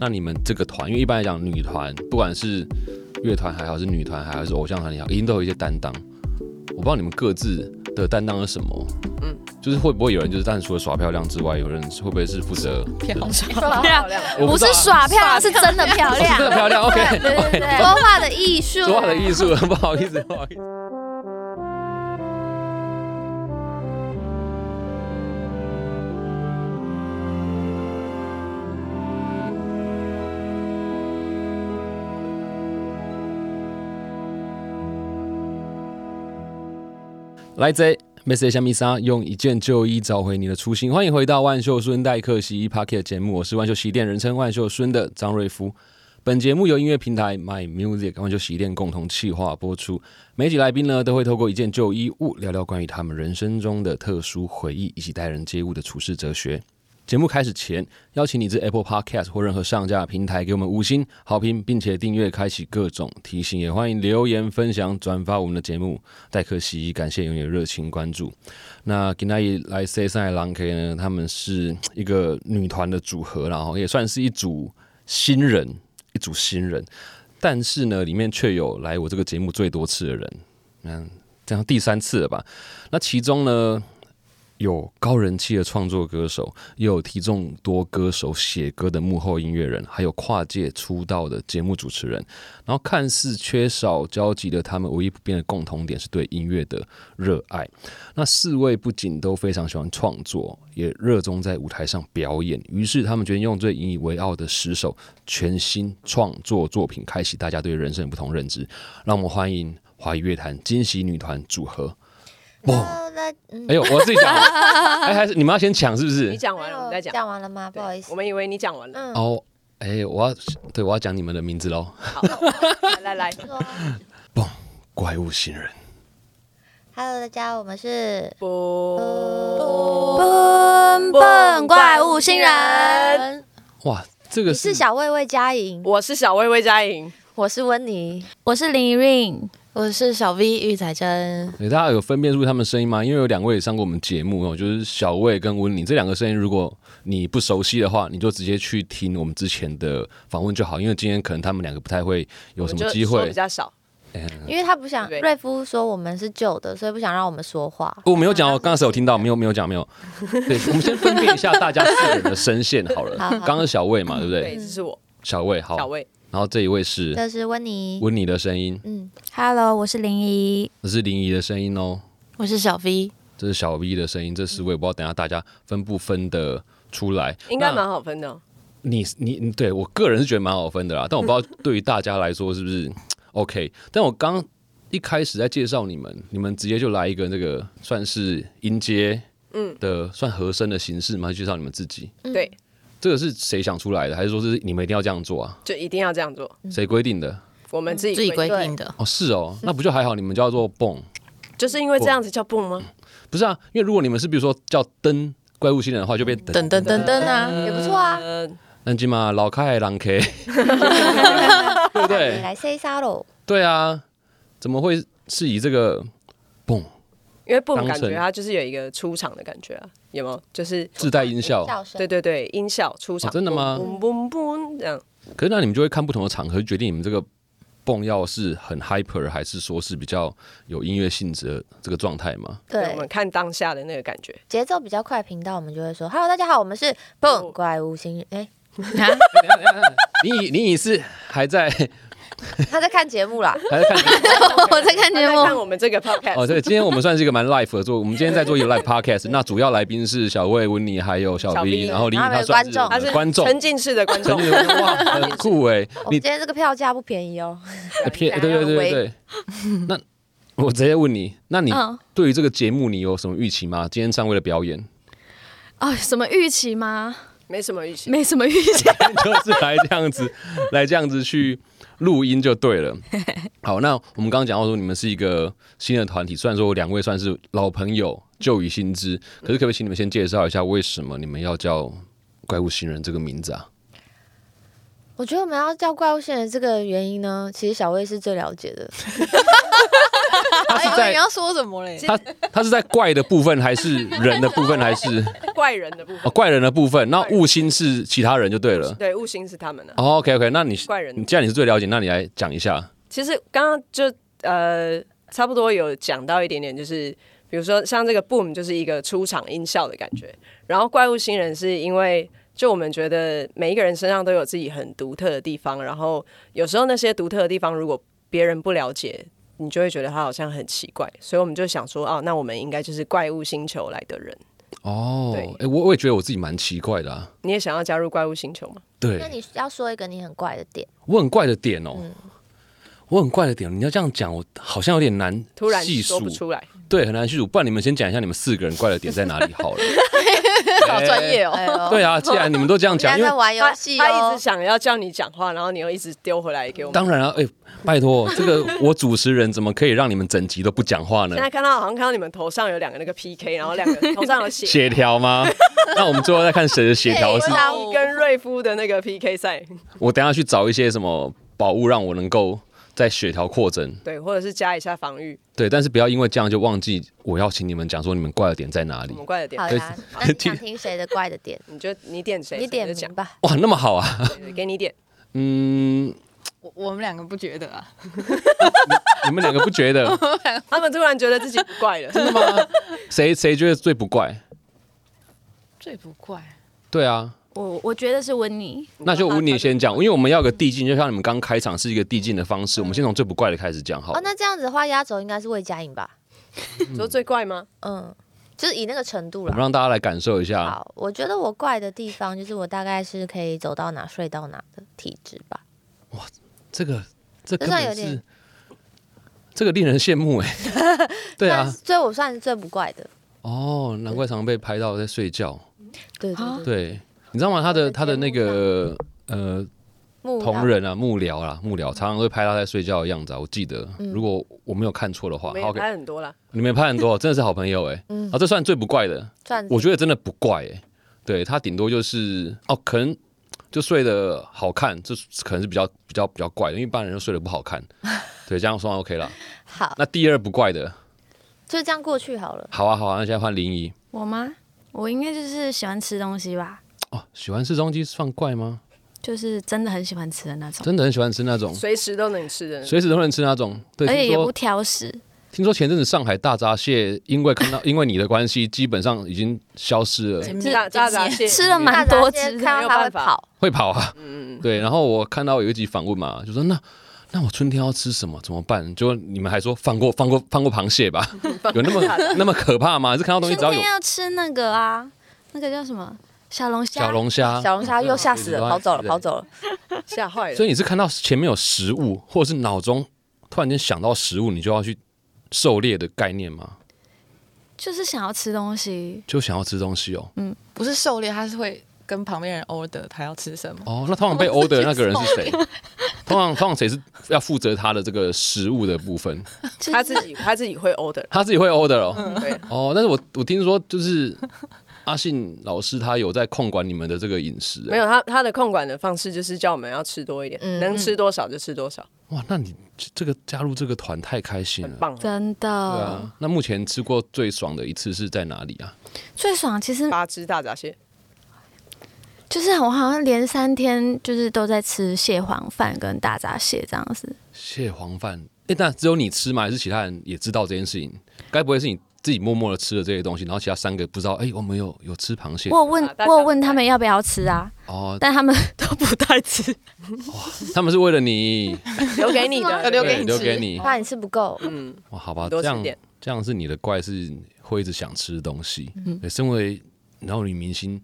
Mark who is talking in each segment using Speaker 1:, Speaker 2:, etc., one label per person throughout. Speaker 1: 那你们这个团，因为一般来讲，女团不管是乐团还好，是女团还好，是偶像团也好，一定都有一些担当。我不知道你们各自的担当是什么，嗯，就是会不会有人就是，但除了耍漂亮之外，有人会不会是负责？
Speaker 2: 漂
Speaker 3: 漂
Speaker 2: 亮，
Speaker 4: 啊
Speaker 3: 亮，
Speaker 1: 我
Speaker 5: 不
Speaker 1: 知道
Speaker 5: 是耍漂亮，是真的漂
Speaker 1: 哦是 真的
Speaker 5: 亮。
Speaker 1: 漂亮，OK
Speaker 5: 对对
Speaker 1: OK，
Speaker 5: 对，说话的艺术，
Speaker 1: 说话的艺术， 不好意思，不好意思。来自 m e s s a 香蜜莎，用一件旧衣找回你的初心。欢迎回到万秀孙代客洗衣 Pocket 节目，我是万秀洗衣店人称万秀孙的张瑞夫。本节目由音乐平台 My Music 万秀洗衣店共同企划播出。每一集来宾呢，都会透过一件旧衣物，聊聊关于他们人生中的特殊回忆，以及待人接物的处世哲学。节目开始前，邀请你至 Apple Podcast 或任何上架平台给我们五星好评，并且订阅、开启各种提醒，也欢迎留言、分享、转发我们的节目。戴克西，感谢永远热情关注。那今天来 C 三的狼 K 呢，他们是一个女团的组合啦，然后也算是一组新人，一组新人，但是呢，里面却有来我这个节目最多次的人，嗯，这样第三次了吧？那其中呢，有高人气的创作歌手，也有替众多歌手写歌的幕后音乐人，还有跨界出道的节目主持人。然后看似缺少交集的他们，唯一不变的共同点是对音乐的热爱。那四位不仅都非常喜欢创作，也热衷在舞台上表演。于是他们决定用最引以为傲的十首全新创作作品，开启大家对人生的不同认知。让我们欢迎华语乐坛惊喜女团组合。嘣！哎呦，我自己讲，哎，还是你们要先抢是不
Speaker 2: 你
Speaker 1: 是？
Speaker 2: 讲完了，我们再讲。
Speaker 5: 讲完了吗？不好意
Speaker 2: 我
Speaker 5: 思，
Speaker 2: 们以为你讲完了。
Speaker 5: 嗯，
Speaker 1: 哦，哎，我要对我要讲你们的名字喽，
Speaker 2: 来来来，
Speaker 5: 说
Speaker 1: 怪物新人。
Speaker 5: Hello，大家，我们是
Speaker 2: 不，
Speaker 5: 笨笨怪物新人，
Speaker 1: 哇，这个
Speaker 5: 你是小魏魏佳莹，
Speaker 2: 我是小薇薇佳莹，
Speaker 5: 我是温妮，
Speaker 4: 我是林依韵，
Speaker 6: 我是小 V 玉彩珍，
Speaker 1: 对，大家有分辨出他们声音吗？因为有两位也上过我们节目哦，就是小魏跟温妮这两个声音，如果你不熟悉的话，你就直接去听我们之前的访问就好，因为今天可能他们两个不太会有什
Speaker 2: 我
Speaker 1: 么
Speaker 2: 就
Speaker 1: 机
Speaker 2: 说
Speaker 1: 会
Speaker 2: 比。较少。
Speaker 1: 哎
Speaker 5: 因为他不想
Speaker 2: 对
Speaker 5: 瑞夫说我们是旧的，所以不想让我们说话。
Speaker 1: 我没有讲哦，刚开始有听到，没有没有讲没 有。对，我们先分辨一下大家四个人的声线好了。
Speaker 5: 好好
Speaker 1: 刚刚是小魏嘛，对不
Speaker 2: 对，
Speaker 1: 对？
Speaker 2: 这是我
Speaker 1: 小魏好，
Speaker 2: 小魏，
Speaker 1: 然后这一位是
Speaker 5: 这是温妮，
Speaker 1: 温妮的声音，
Speaker 5: 嗯，
Speaker 4: ，Hello，我是林依。
Speaker 1: 这是林怡的声音哦。
Speaker 6: 我是小 V，
Speaker 1: 这是小 V 的声音，这四位不知道等一下大家分不分得出来，
Speaker 2: 应该
Speaker 1: 那
Speaker 2: 蛮好分的哦。
Speaker 1: 你你你对我个人是觉得蛮好分的啦，但我不知道对于大家来说是不是 OK。但我刚一开始在介绍你们，你们直接就来一个那个算是音阶，嗯的算和声的形式吗？介绍你们自己，
Speaker 2: 对，
Speaker 1: 这个是谁想出来的，还是说是你们一定要这样做啊？
Speaker 2: 就一定要这样做。
Speaker 1: 谁规定的？
Speaker 2: 我们自己
Speaker 6: 自己
Speaker 2: 规
Speaker 6: 规定的。
Speaker 1: 哦，是哦，那不就还好？你们叫做蹦，
Speaker 2: 就是因为这样子叫蹦吗？
Speaker 1: 不是啊？因为如果你们是比如说叫灯怪物新人的话，就变灯。
Speaker 6: 噔噔噔噔啊！
Speaker 5: 也不错啊。
Speaker 2: 呃，
Speaker 1: 那起码老开狼 K，对不对？
Speaker 5: 来 say hello，
Speaker 1: 对啊，怎么会是以这个蹦
Speaker 2: 因为蹦
Speaker 1: 当
Speaker 2: 感觉
Speaker 1: 成
Speaker 2: 它就是有一个出场的感觉啊，有没有？就是
Speaker 1: 自带音效？
Speaker 5: 笑声
Speaker 2: 对，对对，音效出场，
Speaker 1: 哦真的吗
Speaker 2: 嘣嘣嘣，这样
Speaker 1: 可是那你们就会看不同的场合，决定你们这个蹦要是很 hyper，还是说是比较有音乐性质的这个状态嘛？
Speaker 2: 我们
Speaker 5: 对，
Speaker 2: 看当下的那个感觉。
Speaker 5: 节奏比较快的频道，我们就会说 Hello，大家好，我们是蹦怪物星人。哎，
Speaker 1: 你你也是还 在
Speaker 5: 他在看节 目啦，
Speaker 1: 还在看
Speaker 4: 我在看节
Speaker 2: 他
Speaker 4: 目
Speaker 2: 在，看我们这个 podcast，
Speaker 1: 哦？对，今天我们算是一个蛮 live 的做，我们今天在做一个 live podcast，那主要来宾是小魏、温妮还有小
Speaker 2: 小
Speaker 1: V，
Speaker 2: V
Speaker 1: 然后林
Speaker 5: 然
Speaker 1: 颖
Speaker 5: 后还
Speaker 1: 他
Speaker 5: 有
Speaker 1: 算是我们
Speaker 5: 观众
Speaker 2: 他
Speaker 1: 的
Speaker 2: 是
Speaker 1: 观众。
Speaker 2: 沉浸式的观众，
Speaker 1: 沉浸式哇，很酷 哎！
Speaker 5: 我
Speaker 1: 你
Speaker 5: 哦们今天这个票价不便宜哦。
Speaker 1: 哎偏
Speaker 5: 想
Speaker 1: 对对
Speaker 5: 要
Speaker 1: 对
Speaker 5: 微
Speaker 1: 对。 那我直接问你，那你
Speaker 4: 嗯，
Speaker 1: 对于这个节目，你有什么预期吗？今天上位的表演
Speaker 4: 哦，什么预期吗？
Speaker 2: 没什么预期。
Speaker 4: 没什么预期，
Speaker 1: 就是来这样子，来这样子去录音就对了。好，那我们刚刚讲到说，你们是一个新的团体，虽然说两位算是老朋友，旧与新知，可是可不可以请你们先介绍一下，为什么你们要叫“怪物新人”这个名字啊？
Speaker 5: 我觉得我们要叫怪物星人这个原因呢，其实小魏是最了解的。
Speaker 6: 啊
Speaker 1: 他是在
Speaker 6: 要说什么嘞
Speaker 1: 他他是在怪的部分，还是人的部分，还是
Speaker 2: 怪人的部
Speaker 1: 哦
Speaker 2: 分，
Speaker 1: 怪人的部分？那悟心是其他人就对了。
Speaker 2: 对，悟星是他们啊。
Speaker 1: 哦，OK OK，那你
Speaker 2: 怪人
Speaker 1: 你既然你是最了解，那你来讲一下。
Speaker 2: 其实刚刚就呃，差不多有讲到一点点，就是比如说像这个 boom 就是一个出场音效的感觉，然后怪物新人是因为就我们觉得每一个人身上都有自己很独特的地方，然后有时候那些独特的地方如果别人不了解。你就会觉得他好像很奇怪，所以我们就想说，哦，那我们应该就是怪物星球来的人。
Speaker 1: 哦
Speaker 2: 对，
Speaker 1: 哎，我我也觉得我自己蛮奇怪的啊。
Speaker 2: 你也想要加入怪物星球吗？
Speaker 5: 那
Speaker 1: 对，
Speaker 5: 你要说一个你很怪的点，
Speaker 1: 我很怪的点哦，
Speaker 2: 嗯
Speaker 1: 我很怪的点，你要这样讲，我好像有点难
Speaker 2: 突然
Speaker 1: 细
Speaker 2: 说
Speaker 1: 数
Speaker 2: 不，出来，
Speaker 1: 对，很难细数。不然你们先讲一下你们四个人怪的点在哪里 好了。
Speaker 6: 好专业哦。
Speaker 5: 哎呦，
Speaker 1: 对啊，既然你们都这样 讲，
Speaker 5: 人
Speaker 1: 因
Speaker 5: 家
Speaker 1: 为
Speaker 5: 在玩游
Speaker 2: 他
Speaker 5: 戏
Speaker 2: 他一
Speaker 5: 哦
Speaker 2: 直，想要叫你讲话，然后你又一直丢回来给我们。
Speaker 1: 当然啊，哎、拜托， 这个我主持人怎么可以让你们整集都不讲话呢
Speaker 2: 现？在看到好像看到你们头上有两个那个 PK，然后两个头 上有血，
Speaker 1: 协调吗？那我们最后再看谁的协调
Speaker 5: 对
Speaker 1: 是。
Speaker 2: 沙乌跟瑞夫的那个 PK 赛，
Speaker 1: 我等一下去找一些什么宝物，让我能够在血条扩增。
Speaker 2: 对，或者是加一下防御，
Speaker 1: 对，但是不要因为这样就忘记我要请你们讲说你们怪的点在哪里
Speaker 2: 我。
Speaker 5: 嗯
Speaker 2: 们怪的点
Speaker 5: 好，啦，那你想听谁的怪的点？
Speaker 2: 你就你点谁，
Speaker 5: 你
Speaker 2: 谁
Speaker 5: 点
Speaker 2: 就讲
Speaker 5: 名，吧。
Speaker 1: 哇，那么好啊！
Speaker 2: 对对给你点，
Speaker 1: 嗯，
Speaker 6: 我我们两个不觉得啊，
Speaker 1: 你们两个不觉 得
Speaker 2: 他们突然觉得自己不 怪了，
Speaker 1: 真的吗？谁谁觉得最不怪？
Speaker 6: 最不怪。
Speaker 1: 对啊，
Speaker 4: 我我觉得是温妮，
Speaker 1: 那就吴你先 讲，因为我们要有个递进，就像你们刚开场是一个递进的方式，我们先从最不怪的开始讲好了
Speaker 5: 嗯哦，。那这样子的话，压轴应该是魏佳颖吧？
Speaker 2: 你说最怪吗？
Speaker 5: 嗯，就是以那个程度
Speaker 1: 我们
Speaker 5: 啦。
Speaker 1: 让大家来感受一下。
Speaker 5: 好，我觉得我怪的地方就是我大概是可以走到哪睡到哪的体质吧。
Speaker 1: 这个这
Speaker 5: 这
Speaker 1: 根
Speaker 5: 算
Speaker 1: 本
Speaker 5: 有点
Speaker 1: 是这个令人羡慕哎、 对啊
Speaker 5: 算，所以我算是最不怪的。
Speaker 1: 哦，难怪常常被拍到在睡觉。
Speaker 5: 对对对，
Speaker 1: 对，你知道吗？他的他的那个呃
Speaker 5: 木兰
Speaker 1: 同人啊，幕僚啊，幕僚常常会拍到在睡觉的样子啊。我记得，如果我没有看错的话
Speaker 2: 我们
Speaker 1: 好
Speaker 2: 也
Speaker 1: ，OK，
Speaker 2: 拍很多啦，
Speaker 1: 你们也拍很多，真的是好朋友哎、啊，这算最不怪的，
Speaker 5: 算
Speaker 1: 我觉得真的不怪哎、对他顶多就是哦，可能。就睡得好看，这可能是比较比较比较怪的，因为一般人就睡得不好看，对，这样算 OK 了。
Speaker 5: 好，
Speaker 1: 那第二不怪的，
Speaker 5: 就这样过去好了。
Speaker 1: 好啊，好啊，那现在换林怡
Speaker 4: 我吗？我应该就是喜欢吃东西吧，
Speaker 1: 哦。喜欢吃东西算怪吗？
Speaker 4: 就是真的很喜欢吃的那种，
Speaker 1: 真的很喜欢吃那种，
Speaker 2: 随时都能吃的，
Speaker 1: 随时都能吃那种。对，
Speaker 4: 而且
Speaker 1: 听
Speaker 4: 也不
Speaker 1: 说
Speaker 4: 挑食。
Speaker 1: 听说前阵子上海大闸蟹，因为看到 因为你的关系，基本上已经消失了，
Speaker 2: 吃炸炸炸蟹，
Speaker 4: 吃了蛮
Speaker 5: 大
Speaker 4: 多
Speaker 5: 闸蟹
Speaker 4: 汁
Speaker 5: 看
Speaker 4: 的，
Speaker 5: 到它会跑，
Speaker 1: 会跑啊。对。然后我看到有一集访问嘛，就说那。那我春天要吃什么？怎么办？就你们还说放过放过放过螃蟹吧， 有那么那么可怕吗？是看到东西
Speaker 4: 春
Speaker 1: 只要有
Speaker 4: 天要吃那个啊，那个叫什么小龙虾？
Speaker 1: 小龙虾，
Speaker 5: 小龙虾又吓死
Speaker 1: 对
Speaker 5: 了，跑走了，
Speaker 1: 对
Speaker 5: 跑走了。
Speaker 2: 吓坏了
Speaker 1: 所，以你是看到前面有食物，或者是脑中突然间想到食物，你就要去狩猎的概念吗？
Speaker 4: 就是想要吃东西，
Speaker 1: 就想要吃东西哦。
Speaker 6: 不是狩猎，他是会跟旁边人 order 他要吃什么。
Speaker 1: 哦，那通常被殴的那个人是谁？通常通常谁是要负责他的这个食物的部分？
Speaker 4: 就是
Speaker 2: 他自己他自己会 order，
Speaker 1: 他自己会 order 哦。
Speaker 2: 对，
Speaker 1: 哦，但是我我听说就是阿信老师他有在控管你们的这个饮食，欸
Speaker 2: 没有他他的控管的方式就是叫我们要吃多一点，
Speaker 5: 嗯
Speaker 2: 能吃多少就吃多少，
Speaker 1: 哇？那你这个加入这个团太开心
Speaker 2: 很
Speaker 1: 了。
Speaker 2: 棒，啊
Speaker 4: 真
Speaker 1: 对
Speaker 4: 的
Speaker 1: 啊，那目前吃过最爽的一次是在哪里啊？
Speaker 4: 最爽。其实
Speaker 2: 八只大闸蟹，
Speaker 4: 就是我好像连三天就是都在吃蟹黄饭跟大闸蟹这样子，
Speaker 1: 蟹黄饭。哎，那只有你吃吗？还是其他人也知道这件事情？该不会是你自己默默的吃了这些东西，然后其他三个不知道？哎，我们有有吃螃蟹
Speaker 4: 我有问
Speaker 2: 啊大家
Speaker 4: 我有问他们要不要吃啊，
Speaker 1: 哦，
Speaker 4: 但他们都不太吃。
Speaker 1: 他们是为了你。
Speaker 2: 留给你的，
Speaker 6: 留给
Speaker 1: 对
Speaker 6: 你
Speaker 1: 留
Speaker 6: 吃
Speaker 1: 给你。
Speaker 5: 怕你吃不够，
Speaker 2: 嗯，
Speaker 1: 哇，哦好吧，
Speaker 2: 你多
Speaker 1: 这
Speaker 2: 吃
Speaker 1: 样
Speaker 2: 点
Speaker 1: 这样是你的怪是会一直想吃东西。对，身为然后女明星，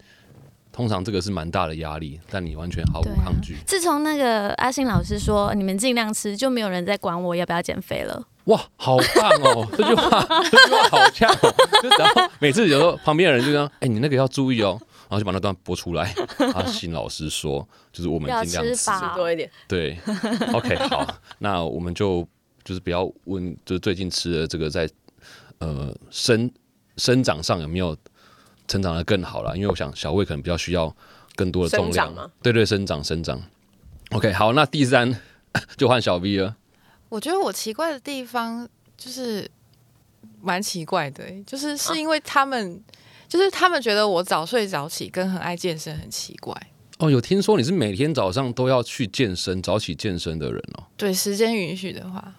Speaker 1: 通常这个是蛮大的压力，但你完全毫无
Speaker 4: 对啊
Speaker 1: 抗拒。
Speaker 4: 自从那个阿信老师说你们尽量吃，就没有人在管我要不要减肥了。
Speaker 1: 哇，好棒哦！这句话这句话好呛哦。就然后每次有时候旁边的人就说：“哎、你那个要注意哦。”然后就把那段播出来。阿信老师说：“就是我们
Speaker 4: 要
Speaker 1: 尽量
Speaker 4: 吃
Speaker 1: 吃。
Speaker 4: 饱
Speaker 2: 多一点，”
Speaker 1: 对 ，OK，好，那我们就就是不要问，就是最近吃的这个在呃生生长上有没有成长的更好了？因为我想小魏可能比较需要更多的重
Speaker 2: 生
Speaker 1: 量
Speaker 2: 长吗，
Speaker 1: 对对，生长生长。OK，好，那第三 就换小 V 了。
Speaker 6: 我觉得我奇怪的地方，就是蛮奇怪的欸、就是是因为他们，就是他们觉得我早睡早起跟很爱健身很奇怪。
Speaker 1: 哦，有听说你是每天早上都要去健身，早起健身的人哦。
Speaker 6: 对，时间允许的话，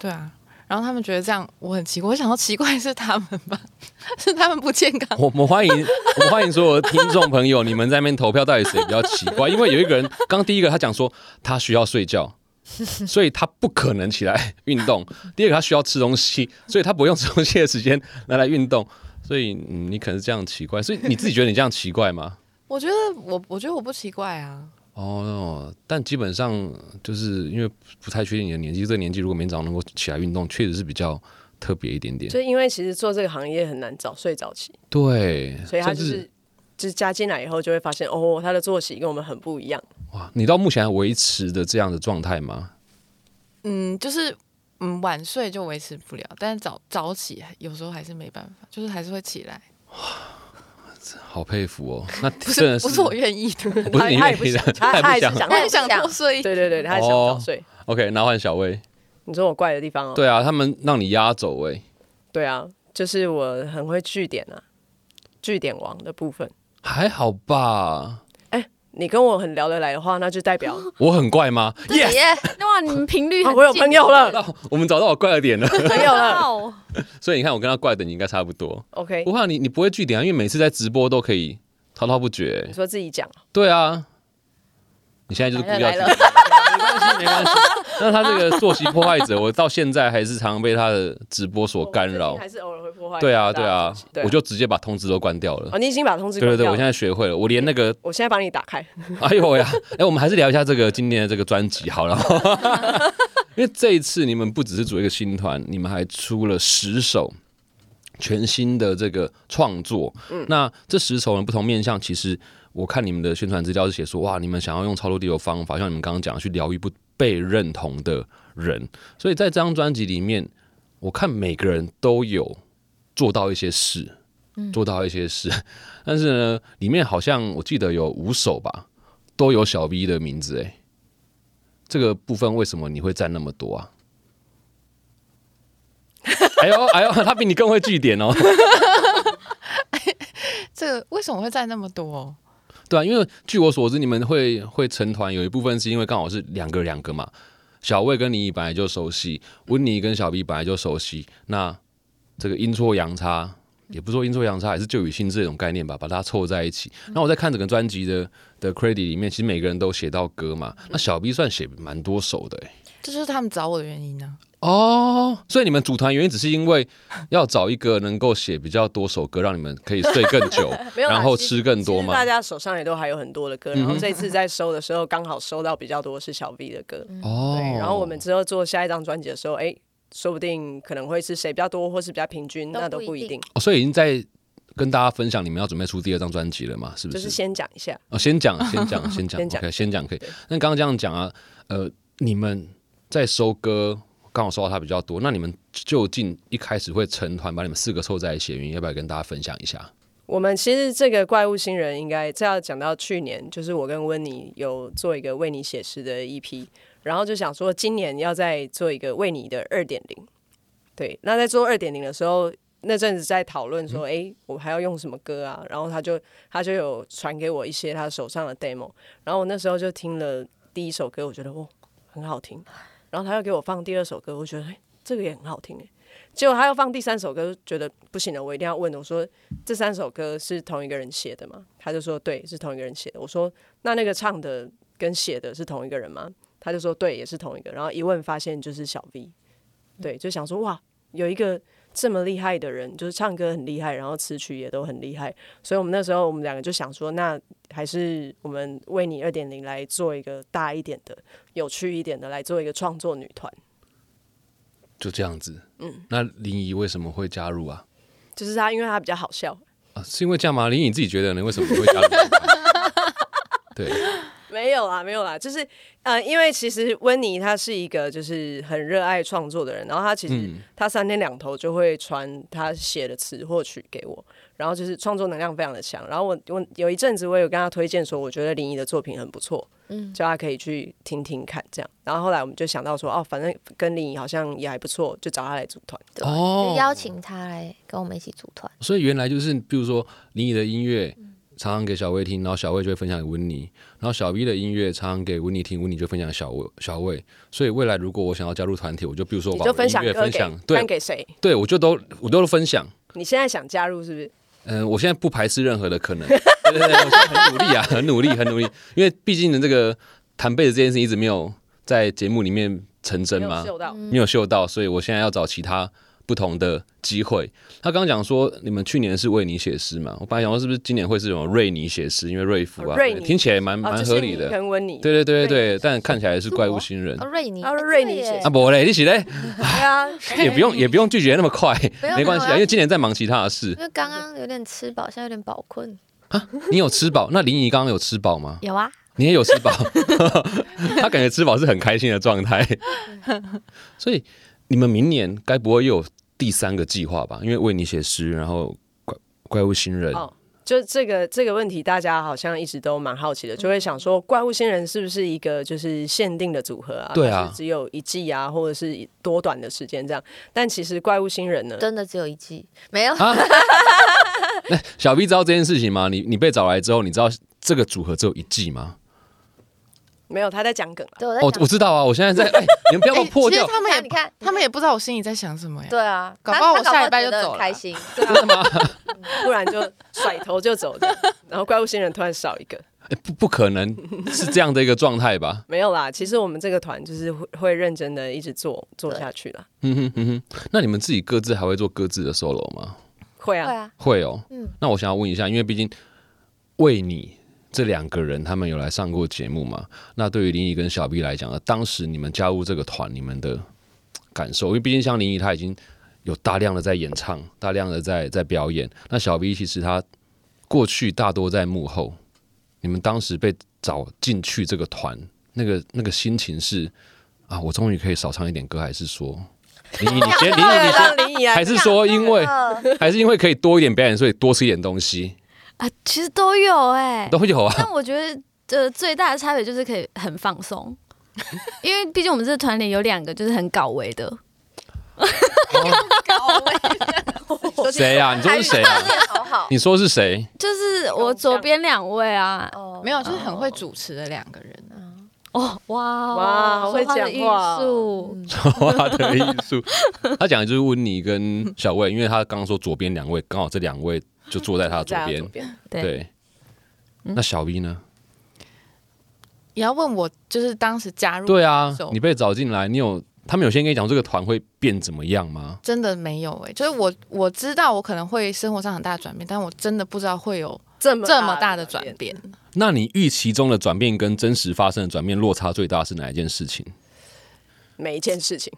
Speaker 6: 对啊。然后他们觉得这样我很奇怪，我想说奇怪是他们吧， 是他们不健康。
Speaker 1: 我 们欢迎，我们欢迎所有的听众朋友，你们在那边投票到底谁比较奇怪？因为有一个人，刚第一个他讲说他需要睡觉，所以他不可能起来 运动；第二个他需要吃东西，所以他不用吃东西的时间拿来运动。所以、嗯、你可能是这样奇怪，所以你自己觉得你这样奇怪吗？
Speaker 6: 我觉得我，我觉得我不奇怪啊。
Speaker 1: 哦，但基本上就是因为不太确定你的年纪，这个年纪如果每天早上能够起来运动，确实是比较特别一点点。
Speaker 2: 就因为其实做这个行业很难早睡早起，
Speaker 1: 对，
Speaker 2: 所以他就
Speaker 1: 甚至
Speaker 2: 是就是加进来以后就会发现，哦，他的作息跟我们很不一样。
Speaker 1: 哇，你到目前还维持的这样的状态吗？
Speaker 6: 嗯，就是嗯晚睡就维持不了，但是早早起有时候还是没办法，就是还是会起来，
Speaker 1: 好佩服哦！那
Speaker 6: 不
Speaker 1: 真
Speaker 6: 是
Speaker 1: 的
Speaker 6: 不是我愿意的，
Speaker 1: 不是你
Speaker 2: 他
Speaker 1: 愿
Speaker 2: 也不
Speaker 1: 意的，
Speaker 2: 想 他他
Speaker 1: 也
Speaker 2: 也
Speaker 1: 不
Speaker 2: 是
Speaker 1: 想。
Speaker 2: 想
Speaker 6: 我也想
Speaker 5: 我也不
Speaker 6: 多睡一点。
Speaker 2: 对对对，他也想早睡。
Speaker 1: OK，那换小薇。
Speaker 2: 你说我怪的地方哦？
Speaker 1: 对啊，他们让你压走哎、
Speaker 2: 对啊，就是我很会据点啊，据点王的部分。
Speaker 1: 还好吧？
Speaker 2: 你跟我很聊得来的话，那就代表啊
Speaker 1: 我很怪吗？Yes，
Speaker 5: 耶，
Speaker 4: 哇，你们频率很、
Speaker 2: 我有朋友，了，
Speaker 1: 我们找到我怪的点了。
Speaker 2: 朋友了。
Speaker 4: 哦，
Speaker 1: 所以你看，我跟他怪的你应该差不多。
Speaker 2: OK，
Speaker 1: 不怕你，你不会据点啊，因为每次在直播都可以滔滔不绝欸、
Speaker 2: 你说自己讲，
Speaker 1: 对啊，你现在就是故意要
Speaker 6: 来了
Speaker 1: 听没关系，没关系。 那他这个作息破坏者，我到现在还是常被他的直播所干
Speaker 2: 我最
Speaker 1: 扰
Speaker 2: 近。还是偶尔会破坏。
Speaker 1: 对啊，对啊，
Speaker 2: 对
Speaker 1: 我就直接把通知都关掉了。
Speaker 2: 哦，你已经把通知
Speaker 1: 对对对，我现
Speaker 2: 在
Speaker 1: 在学会了，我连那个
Speaker 2: 我现在帮你打开。
Speaker 1: 哎呦喂呀！哎，我们还是聊一下这个今年的这个专辑好了， 因为这一次你们不只是组一个新团，你们还出了十首全新的这个创作。那这十首的不同面向，其实我看你们的宣传资料是写说，哇，你们想要用超脱地球方法，像你们刚刚讲的，去疗愈不被认同的人。所以在这张专辑里面，我看每个人都有做到一些事。做到一些事，但是呢，里面好像我记得有五首吧，都有小 V 的名字哎、这个部分为什么你会占那么多啊？ 哎呦哎呦，他比你更会据点哦，
Speaker 6: 这个为什么会占那么多？哦
Speaker 1: 对啊，因为据我所知，你们会会成团，有一部分是因为刚好是两个两个嘛，小魏跟你本来就熟悉，温妮跟小 B 本来就熟悉，那这个阴错阳差，也不是说阴错阳差，还是旧与新这种概念吧，把它凑在一起。那我在看整个专辑的的 credit 里面，其实每个人都写到歌嘛，那小 B 算写蛮多首的、欸，
Speaker 6: 这就是他们找我的原因呢、
Speaker 1: 哦，所以你们组团原因只是因为要找一个能够写比较多首歌，让你们可以睡更久，
Speaker 2: 没有啦
Speaker 1: 然后
Speaker 2: 其
Speaker 1: 吃更多
Speaker 2: 其实
Speaker 1: 嘛
Speaker 2: 大。家手上也都还有很多的歌，然后这次在收的时候刚好收到比较多是小 V 的歌，
Speaker 1: 哦，
Speaker 2: 对，然后我们之后做下一张专辑的时候，哎，说不定可能会是谁比较多，或是比较平均，
Speaker 5: 都
Speaker 2: 那都
Speaker 5: 不一
Speaker 2: 不一
Speaker 5: 定
Speaker 2: 定，
Speaker 1: 哦所以已经在跟大家分享你们要准备出第二张专辑了嘛？是不
Speaker 2: 就是
Speaker 1: 是？
Speaker 2: 先讲一下。
Speaker 1: 哦，先 讲，先讲，先讲
Speaker 2: 先讲
Speaker 1: ，OK，先讲可以
Speaker 2: 对。
Speaker 1: 那刚刚这样讲啊，呃，你们在收歌，刚好收到它比较多，那你们究竟一开始会成团把你们四个凑在一起的原因，要不要跟大家分享一下？
Speaker 2: 我们其实这个怪物新人应该这要讲到去年，就是我跟温妮有做一个为你写诗的 EP，然后就想说今年要再做一个为你的二点零。对，那在做二点零的时候，那阵子在讨论说，诶，我还要用什么歌啊？然后他就他就有传给我一些他手上的 demo，然后我那时候就听了第一首歌，我觉得哇哦很好听，然后他又给我放第二首歌，我觉得诶，这个也很好听诶。结果他又放第三首歌，就觉得不行了，我一定要问我说这三首歌是同一个人写的吗？他就说对，是同一个人写的。我说那那个唱的跟写的是同一个人吗？他就说对，也是同一个。然后一问发现就是小 V，对，就想说哇，有一个这么厉害的人，就是唱歌很厉害，然后词曲也都很厉害。所以我们那时候我们两个就想说，那还是我们为你二点零来做一个大一点的、有趣一点的，来做一个创作女团。
Speaker 1: 就这样子。嗯，那林怡为什么会加入啊？
Speaker 2: 就是他，因为他比较好笑，
Speaker 1: 啊，是因为这样吗？林颖自己觉得呢？为什么会加入？对，
Speaker 2: 没有啦，没有啦，就是呃，因为其实温妮她是一个就是很热爱创作的人，然后她其实
Speaker 1: 嗯，
Speaker 2: 她三天两头就会传她写的词或曲给我，然后就是创作能量非常的强。然后我我有一阵子我有跟她推荐说，我觉得林怡的作品很不错，
Speaker 5: 嗯，
Speaker 2: 叫她可以去听听看这样。然后后来我们就想到说，哦，反正跟林怡好像也还不错，就找她来组团。
Speaker 5: 对，
Speaker 1: 哦
Speaker 5: 就邀请他来跟我们一起组团。
Speaker 1: 所以原来就是，比如说林怡的音乐常常给小薇听，然后小薇就会分享给温妮，然后小 V 的音乐常常给温妮听，温妮就分享给小薇小薇。所以未来如果我想要加入团体，我就比如说我
Speaker 2: 你
Speaker 1: 把
Speaker 2: 就
Speaker 1: 我的
Speaker 2: 分
Speaker 1: 音
Speaker 2: 享
Speaker 1: 乐
Speaker 2: 歌
Speaker 1: 分
Speaker 2: 给
Speaker 1: 享，
Speaker 2: 看
Speaker 1: 对
Speaker 2: 给谁？
Speaker 1: 对，我就都我都分享。
Speaker 2: 你现在想加入是不是？
Speaker 1: 嗯，我现在不排斥任何的 可能，对对对，我现在很努力啊，很努力，很努力，因为毕竟呢，这个弹贝的这件事一直没有在节目里面成真
Speaker 2: 没
Speaker 1: 嘛
Speaker 2: 有，秀到，哦
Speaker 1: 没有秀到，所以我现在要找其他不同的机会。他刚刚讲说，你们去年是为你写诗嘛？我本来想说是不是今年会是有瑞尼写诗，因为瑞夫啊
Speaker 2: 哦，瑞尼
Speaker 1: 听起来蛮
Speaker 2: 哦
Speaker 1: 蛮
Speaker 2: 就
Speaker 1: 合
Speaker 2: 是
Speaker 1: 理
Speaker 2: 你
Speaker 1: 的。
Speaker 2: 跟温妮，
Speaker 1: 对啊对对对对，但看起来是怪物新人
Speaker 5: 哦，瑞尼，
Speaker 2: 啊
Speaker 5: 哎
Speaker 2: 瑞尼
Speaker 5: 对
Speaker 2: 姐
Speaker 5: 耶
Speaker 1: 啊，不嘞，一起嘞，
Speaker 2: 对啊，
Speaker 1: 也不用也不用拒绝那么快，
Speaker 5: 不用
Speaker 1: 没关系啊，
Speaker 5: 不用
Speaker 1: 因为今年在忙其他的事
Speaker 5: 因。为刚刚有点吃饱，现在有点饱困。
Speaker 1: 你有吃饱？那林怡刚刚有吃饱吗？
Speaker 4: 有啊，
Speaker 1: 你也有吃饱， 他感觉吃饱是很开心的状态。所以你们明年该不会又有第三个计划吧？因为为你写诗，然后怪怪物新人，
Speaker 2: 哦就这个这个问题，大家好像一直都蛮好奇的，就会想
Speaker 1: 嗯
Speaker 2: 说，怪物新人是不是一个就是限定的组合啊？
Speaker 1: 对啊
Speaker 2: 就是只有一季啊，或者是多短的时间这样。但其实怪物新人呢，
Speaker 5: 真的只有一季，没有。
Speaker 1: 啊 小 B 知道这件事情吗？你你被找来之后，你知道这个组合只有一季吗？
Speaker 2: 没有他在讲梗啊，
Speaker 5: 对，我在哎
Speaker 1: 哦，
Speaker 5: 讲
Speaker 1: 我知道啊，我现在 在，哎、你们不要把我破
Speaker 6: 其实
Speaker 1: 掉。
Speaker 6: 他们也
Speaker 5: 你看，
Speaker 6: 他们也不知道我心里在想什么呀。
Speaker 5: 对啊，
Speaker 6: 搞
Speaker 5: 他
Speaker 6: 不好
Speaker 5: 他
Speaker 6: 我下礼拜
Speaker 5: 觉
Speaker 6: 就
Speaker 5: 得
Speaker 6: 走
Speaker 5: 很
Speaker 6: 了
Speaker 5: 开心。
Speaker 2: 不然就甩头就走这样然后怪物新人突然少一个，
Speaker 1: 哎不不可能是这样的一个状态吧？
Speaker 2: 没有啦。其实我们这个团就是会会认真的一直做做下去啦，
Speaker 1: 嗯哼嗯哼，那你们自己各自还会做各自的 solo 吗？
Speaker 2: 会
Speaker 5: 对
Speaker 2: 啊，
Speaker 5: 啊，
Speaker 1: 会哦。
Speaker 5: 嗯
Speaker 1: 那我想要问一下，因为毕竟为你这两个人他们有来上过节目嘛？那对于林怡跟小 B 来讲呢，当时你们加入这个团，你们的感受，因为毕竟像林怡她已经有大量的在演唱，大量的在在表演，那小 B 其实他过去大多在幕后。你们当时被找进去这个团，那个那个心情是啊，我终于可以少唱一点歌，还是说林怡你 先，林怡你先，
Speaker 2: 让林怡啊
Speaker 1: 还是说因为
Speaker 5: 呃，
Speaker 1: 还是因为可以多一点表演，所以多吃一点东西
Speaker 4: 啊，其实都有哎、
Speaker 1: 都有 啊。
Speaker 4: 但我觉得呃最大的差别就是可以很放松，因为毕竟我们这个团里有两个就是很搞维的，
Speaker 1: 谁啊？你说是谁啊？
Speaker 5: 好好。
Speaker 1: 你说是谁？
Speaker 4: 就是我左边两位啊，
Speaker 5: 哦
Speaker 6: 没有，就是很会主持的两个人，啊
Speaker 4: 哦哇哦
Speaker 2: 哇好会
Speaker 4: 说话嗯的
Speaker 2: 讲
Speaker 4: 艺
Speaker 2: 话
Speaker 4: 术，
Speaker 1: 花的艺术。 他讲的就是温妮跟小魏，因为他刚刚说左边两位，刚好这两位就坐在他的左
Speaker 2: 在他
Speaker 1: 边
Speaker 2: 左。边，嗯
Speaker 4: 对
Speaker 1: 对，那小 V 呢？
Speaker 6: 也要问我，就是当时加入，
Speaker 1: 对啊
Speaker 6: 手，
Speaker 1: 你被找进来，你有他们有先跟你讲这个团会变怎么样吗？
Speaker 6: 真的没有哎、就是我我知道我可能会生活上很大的转变，但我真的不知道会有
Speaker 2: 这么
Speaker 6: 这么大的
Speaker 2: 转
Speaker 6: 转
Speaker 2: 变。
Speaker 6: 变。
Speaker 1: 那你预期中的转变跟真实发生的转变落差最大是哪一件事情？
Speaker 2: 每一件事情，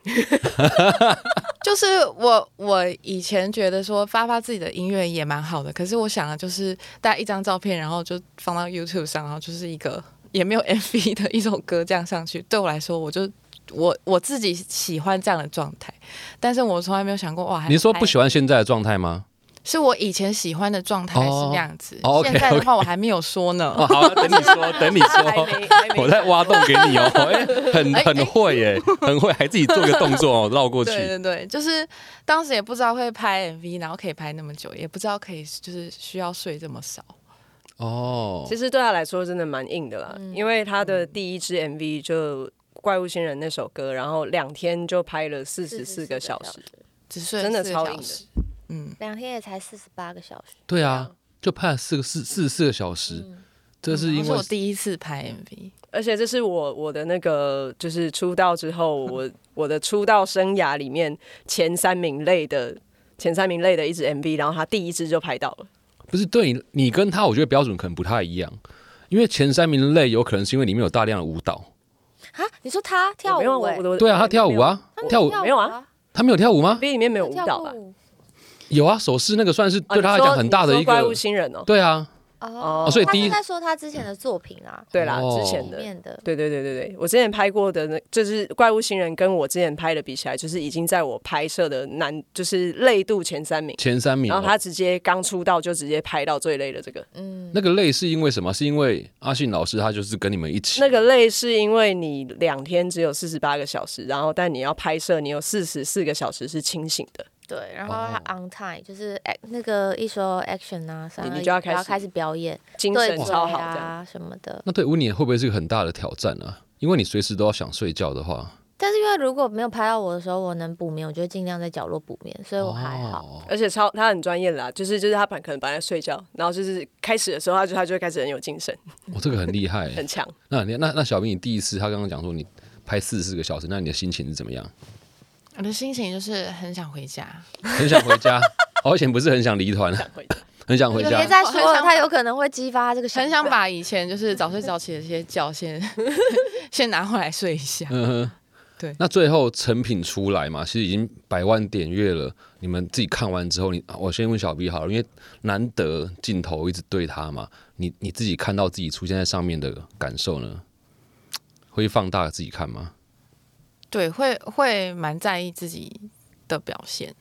Speaker 6: 就是我我以前觉得说发发自己的音乐也蛮好的，可是我想的就是带一张照片，然后就放到 YouTube 上，然后就是一个也没有 MV 的一首歌这样上去。对我来说，我就我我自己喜欢这样的状态，但是我从来没有想过哇，还
Speaker 1: 你是说不喜
Speaker 6: 欢？
Speaker 1: 欢现在的状态 吗？
Speaker 6: 是我以前喜欢的状态是那样子，
Speaker 1: 哦哦，OK，
Speaker 6: 现在的话我还没有说呢。
Speaker 1: 哦，好啊， 等你说，等你
Speaker 2: 还
Speaker 1: 说。
Speaker 2: 没还没
Speaker 1: 我在挖洞给你哦，哎，很很会耶，很会，还自己做个动作哦，绕过去。
Speaker 6: 对对对，就是当时也不知道会拍 MV，然后可以拍那么久，也不知道可以就是需要睡这么少。
Speaker 1: 哦
Speaker 2: 其，实对他来说真的蛮硬的啦，因为他的第一支 MV 就《怪物新人》那首歌，然后两天就拍了四十四个小时，，
Speaker 6: 只睡
Speaker 2: 真的
Speaker 6: 4个
Speaker 2: 超
Speaker 6: 小
Speaker 2: 硬的
Speaker 6: 时。嗯，
Speaker 5: 两天也才四十八个小时。
Speaker 1: 对啊，就拍了四个四四十四个小时，这是因
Speaker 6: 哦是
Speaker 1: 为嗯
Speaker 6: 我第一次拍 MV，
Speaker 2: 而且这是我我的那个就是出道之后，我我的出道生涯里面前三名类的前三名类的一支 MV，然后他第一支就拍到了，
Speaker 1: 不是对你，你跟他，我觉得标准可能不太一样，因为前三名类有可能是因为里面有大量的舞蹈。
Speaker 5: 啊，你说他跳
Speaker 2: 我没有
Speaker 5: 舞
Speaker 2: 我
Speaker 5: 欸？
Speaker 2: 我
Speaker 1: 对啊，他跳舞，啊，跳舞，
Speaker 2: 呃没有啊，
Speaker 1: 他没有跳舞吗？
Speaker 2: MV 里面没有
Speaker 5: 他
Speaker 2: 舞
Speaker 5: 跳
Speaker 2: 蹈
Speaker 5: 过
Speaker 2: 吧？
Speaker 5: 舞
Speaker 1: 有啊，手势那个算是
Speaker 2: 啊
Speaker 1: 对他来
Speaker 2: 你说
Speaker 1: 讲很大的
Speaker 2: 你
Speaker 1: 一
Speaker 2: 说怪物
Speaker 1: 个。
Speaker 2: 新人哦，
Speaker 1: 对啊，
Speaker 5: 哦
Speaker 1: 所以第一
Speaker 5: 他是在说他之前的作品啊，
Speaker 2: 对啦，
Speaker 1: 哦
Speaker 2: 之前
Speaker 5: 里
Speaker 2: 的。
Speaker 5: 面的
Speaker 2: 对对对对对，我之前拍过的那，就是《怪物新人》，跟我之前拍的比起来，就是已经在我拍摄的难，就是累度前三名。
Speaker 1: 前三名
Speaker 2: 然
Speaker 1: 哦。嗯
Speaker 2: 后他直接刚出道就直接拍到最累的这个，
Speaker 1: 那个累是因为什么？是因为阿信老师他就是跟你们一起
Speaker 2: 那个累是因为你两天只有四十八个小时，然后但你要拍摄，你有四十四个小时是清醒的。
Speaker 5: 对，然后他 on time 就是 act- 那个一说 action 啊，三
Speaker 2: 哦你
Speaker 5: 二一
Speaker 2: 就要开始
Speaker 5: 然后开始表演，
Speaker 2: 精
Speaker 5: 对
Speaker 2: 神
Speaker 5: 嘴
Speaker 2: 超好这样。
Speaker 5: 啊什么的。
Speaker 1: 那对乌尼会不会是一个很大的挑战啊？因为你随时都要想睡觉的话，
Speaker 5: 但是因为如果没有拍到我的时候，我能补眠，我就尽量在角落补眠，所以我还好。
Speaker 1: 哦
Speaker 2: 而且超他很专业啦，就是就是他本可能本来在睡觉，然后就是开始的时候他就他就会开始很有精神，
Speaker 1: 哦，这个很厉 害欸。
Speaker 2: 很强。
Speaker 1: 那你那那小明，你第一次他刚刚讲说你拍四十四个小时，那你的心情是怎么样？
Speaker 6: 我的心情就是很想回家，
Speaker 1: 很想回家， 好险不是很想离团，
Speaker 2: 回
Speaker 1: 很想回
Speaker 6: 对
Speaker 1: 家
Speaker 5: 别
Speaker 6: 啊。
Speaker 5: 再说
Speaker 6: 我很
Speaker 5: 了，
Speaker 6: 想
Speaker 5: 他有可能会激发这个想
Speaker 6: 很想把以前就是早睡早起的这些觉先 先拿回来睡一下。
Speaker 1: 嗯哼，
Speaker 6: 对
Speaker 1: 那最后成品出来嘛，其实已经百万点阅了。你们自己看完之后，你我先问小 B 好了，因为难得镜头一直对他嘛，你你自己看到自己出现在上面的感受呢，会放大自己看吗？
Speaker 6: 对，会会蛮在意自己的表现。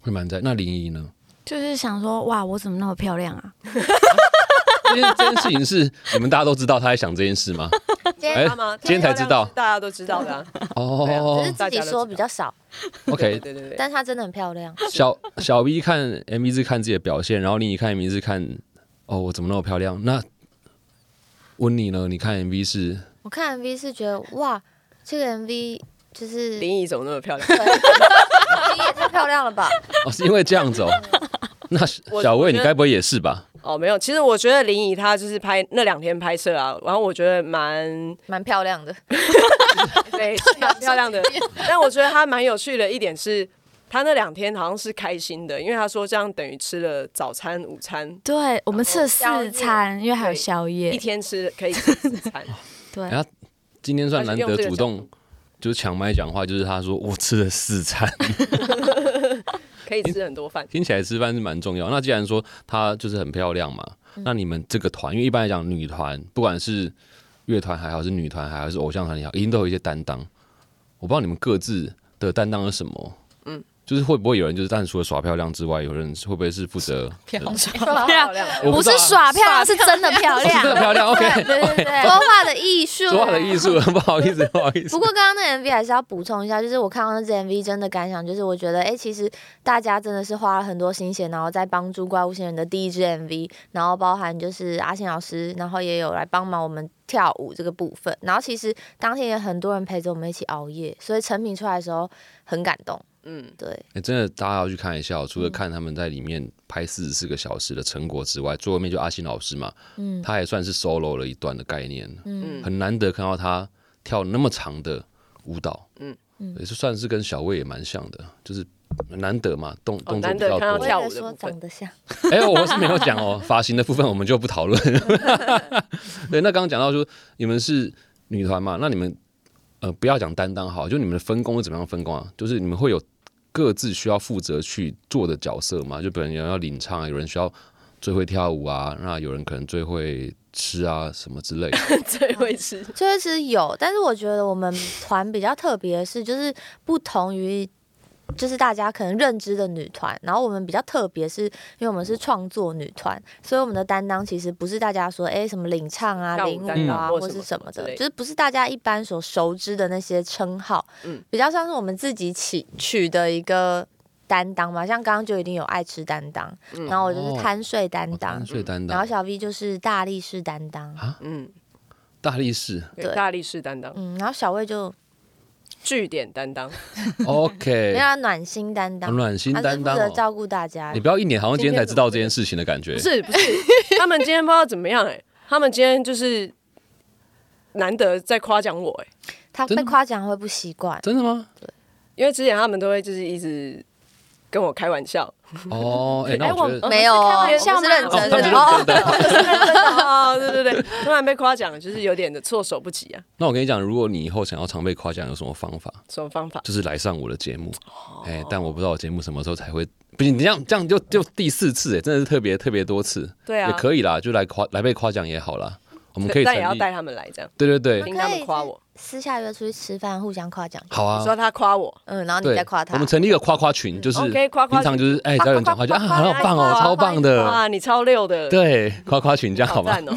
Speaker 1: 会蛮在那林怡呢？
Speaker 4: 就是想说，哇，我怎么那么漂亮啊？
Speaker 1: 这件这件事情是你们大家都知道他在想这件事 吗？
Speaker 5: 今
Speaker 1: 哎
Speaker 5: 天
Speaker 1: 今天才知道
Speaker 2: 大家都知道的、啊。
Speaker 1: 哦
Speaker 5: 只是自己说比较少，
Speaker 1: ，OK，
Speaker 2: 对啊对对，
Speaker 5: 但他真的很漂 亮。
Speaker 1: 小小 V 看 MV 是看自己的表现，然后另一看 MV 是看哦我怎么那么漂亮。那温妮呢？你看 MV 是
Speaker 5: 我看 MV 是觉得哇，这个 MV 就 是
Speaker 2: 林怡怎么那么漂亮？
Speaker 5: 对 你也太漂亮了 吧！
Speaker 1: 哦是因为这样子哦。那
Speaker 2: 我
Speaker 1: 小
Speaker 2: 我
Speaker 1: 魏
Speaker 2: 觉
Speaker 1: 你
Speaker 2: 得
Speaker 1: 该不会也是吧？
Speaker 2: 哦，没有，其实我觉得林怡她就是拍那两天拍摄啊，然后我觉得蛮
Speaker 5: 蛮漂亮的，
Speaker 2: 对蛮漂亮的，但我觉得她蛮有趣的一点是。她那两天好像是开心的，因为她说这样等于吃了早餐、午餐，
Speaker 4: 对，我们吃了四餐，因为还有
Speaker 2: 对
Speaker 4: 哦宵
Speaker 2: 一
Speaker 4: 夜。
Speaker 2: 天吃可以吃四餐，
Speaker 4: 对
Speaker 1: 然，后今天算难
Speaker 2: 他是
Speaker 1: 得
Speaker 2: 用这个
Speaker 1: 主动，就是抢麦讲话，就是他说我吃了四餐，
Speaker 2: 可以吃很多饭。
Speaker 1: 听起来吃饭是蛮重要。那既然说她就是很漂亮嘛，那你们这个团，因为一般来讲女团，不管是乐团还好，是女团还好，是偶像团也好，一定都有一些担当。我不知道你们各自的担当是什么，嗯，就是会不会有人就是，但除了耍漂亮之外，有人会不会是负责
Speaker 6: 漂亮，
Speaker 5: 说
Speaker 2: 漂亮，
Speaker 1: 我
Speaker 4: 不
Speaker 1: 知道
Speaker 4: 是
Speaker 1: 啊
Speaker 4: 耍漂亮，是真的漂
Speaker 1: 哦是真的
Speaker 4: 亮。
Speaker 1: 漂亮？OK，
Speaker 4: 啊
Speaker 5: 啊
Speaker 4: 对 对对，
Speaker 5: 话的艺术，
Speaker 1: 说话的艺。术，不好意思，不好意思
Speaker 5: 不。过刚刚那 MV 还是要补充一下，就是我看到那支 MV 真的感想，就是我觉得，哎、其实大家真的是花了很多心血，然后在帮助怪物新人的第一支 MV，然后包含就是阿信老师，然后也有来帮忙我们跳舞这个部分，然后其实当天也很多人陪着我们一起熬夜，所以成品出来的时候很感动。
Speaker 2: 嗯，
Speaker 5: 对，
Speaker 1: 哎、真的，大家要去看一下、哦。除了看他们在里面拍四十四个小时的成果之外，最后面就阿信老师嘛，
Speaker 5: 嗯
Speaker 1: 他也算是 solo 了一段的概念。
Speaker 5: 嗯，
Speaker 1: 很难得看到他跳那么长的舞蹈，
Speaker 2: 嗯
Speaker 5: 嗯
Speaker 1: 也是算是跟小魏也蛮像的，就是难得嘛，动动作
Speaker 2: 哦难
Speaker 1: 比
Speaker 2: 得
Speaker 1: 较
Speaker 2: 看到
Speaker 1: 多
Speaker 5: 我。
Speaker 2: 跳
Speaker 5: 也
Speaker 2: 舞的
Speaker 5: 在说
Speaker 2: 部分
Speaker 5: 长得像，
Speaker 1: 哎、我是没有讲 哦，发型的部分我们就不讨论。对，那刚刚讲到说你们是女团嘛，那你们呃不要讲担当好，就你们的分工是怎么样分工啊？就是你们会有各自需要负责去做的角色嘛？就本人有人要领唱啊，有人需要最会跳舞啊，那有人可能最会吃啊什么之类的。
Speaker 2: 最会吃。
Speaker 5: 就是其实有，但是我觉得我们团比较特别的是，就是不同于就是大家可能认知的女团，然后我们比较特别是，因为我们是创作女团，所以我们的担当其实不是大家说哎什么领唱啊、
Speaker 2: 跳舞
Speaker 5: 领
Speaker 2: 担
Speaker 5: 舞
Speaker 2: 当
Speaker 5: 啊
Speaker 2: 或
Speaker 5: 或
Speaker 2: 什
Speaker 5: 是
Speaker 2: 么
Speaker 5: 什
Speaker 2: 什么
Speaker 5: 么
Speaker 2: 之类
Speaker 5: 的，
Speaker 2: 的
Speaker 5: 就是不是大家一般所熟知的那些称号，
Speaker 2: 嗯
Speaker 5: 比较像是我们自己起取的一个。担当嘛，像刚刚就一定有爱吃担当，
Speaker 2: 嗯
Speaker 5: 然后我就是
Speaker 1: 哦
Speaker 5: 贪睡担当，
Speaker 1: 最担
Speaker 5: 然后
Speaker 1: 当，啊
Speaker 5: 小 V 就是大力士担当，
Speaker 2: 嗯，
Speaker 1: 大力士。
Speaker 2: 对，
Speaker 5: 对
Speaker 2: 大力士担当，
Speaker 5: 嗯，然后小魏就
Speaker 2: 据点担当，
Speaker 5: 没
Speaker 1: OK，
Speaker 5: 有他暖心担当
Speaker 1: 很，哦暖心
Speaker 5: 他是
Speaker 1: 担
Speaker 5: 负
Speaker 1: 当、
Speaker 5: 责
Speaker 1: 哦。
Speaker 5: 照顾大家
Speaker 2: 啊
Speaker 1: 你。不要一年好像今天才知道这件事情的感觉
Speaker 2: 不。是不是，他们今天不知道怎么样哎、他们今天就是难得在夸奖我哎、
Speaker 5: 他
Speaker 1: 真
Speaker 5: 被
Speaker 1: 的
Speaker 5: 夸奖会不习惯，
Speaker 1: 真的吗？
Speaker 2: 因为之前他们都会就是一直。跟我开玩笑，
Speaker 1: 哦， 哎，那
Speaker 4: 哎
Speaker 1: 我觉得
Speaker 4: 我
Speaker 5: 没有
Speaker 4: 我
Speaker 5: 哦，
Speaker 4: 们是开玩笑
Speaker 5: 我们是
Speaker 4: 吗
Speaker 1: 哦
Speaker 5: 认
Speaker 1: 他们
Speaker 5: 真
Speaker 1: 是
Speaker 5: 的。
Speaker 1: 认真的
Speaker 2: 哦，对对对，突然被夸奖，就是有点的措手不及啊。
Speaker 1: 那我跟你讲，如果你以后想要常被夸奖，有什么方法？
Speaker 2: 什么方法？
Speaker 1: 就是来上我的节目，
Speaker 2: 哦
Speaker 1: 哎、但我不知道我节目什么时候才会。不行，你这样这样就就第四次哎，真的是特别特别多次，
Speaker 2: 对啊
Speaker 1: 也可以啦，就来夸来被夸奖也好啦。我们可以成
Speaker 2: 但也要
Speaker 1: 立，
Speaker 2: 带他们来这样，
Speaker 1: 对对对，
Speaker 2: 听他们夸我，
Speaker 5: 私下约出去吃饭，互相夸奖。
Speaker 1: 好啊
Speaker 2: 你，说他夸我，
Speaker 5: 嗯，然后你
Speaker 1: 对
Speaker 5: 再夸，他
Speaker 1: 我们。成立一个夸夸群，就是
Speaker 2: OK，夸夸
Speaker 1: 平常就是哎，只要有人讲话就啊，
Speaker 2: 夸夸夸夸
Speaker 1: 好棒哦，
Speaker 2: 夸夸
Speaker 1: 超棒的，
Speaker 2: 哇，你超溜的，，
Speaker 1: 对，夸夸群这样好吗？
Speaker 2: 赞 哦。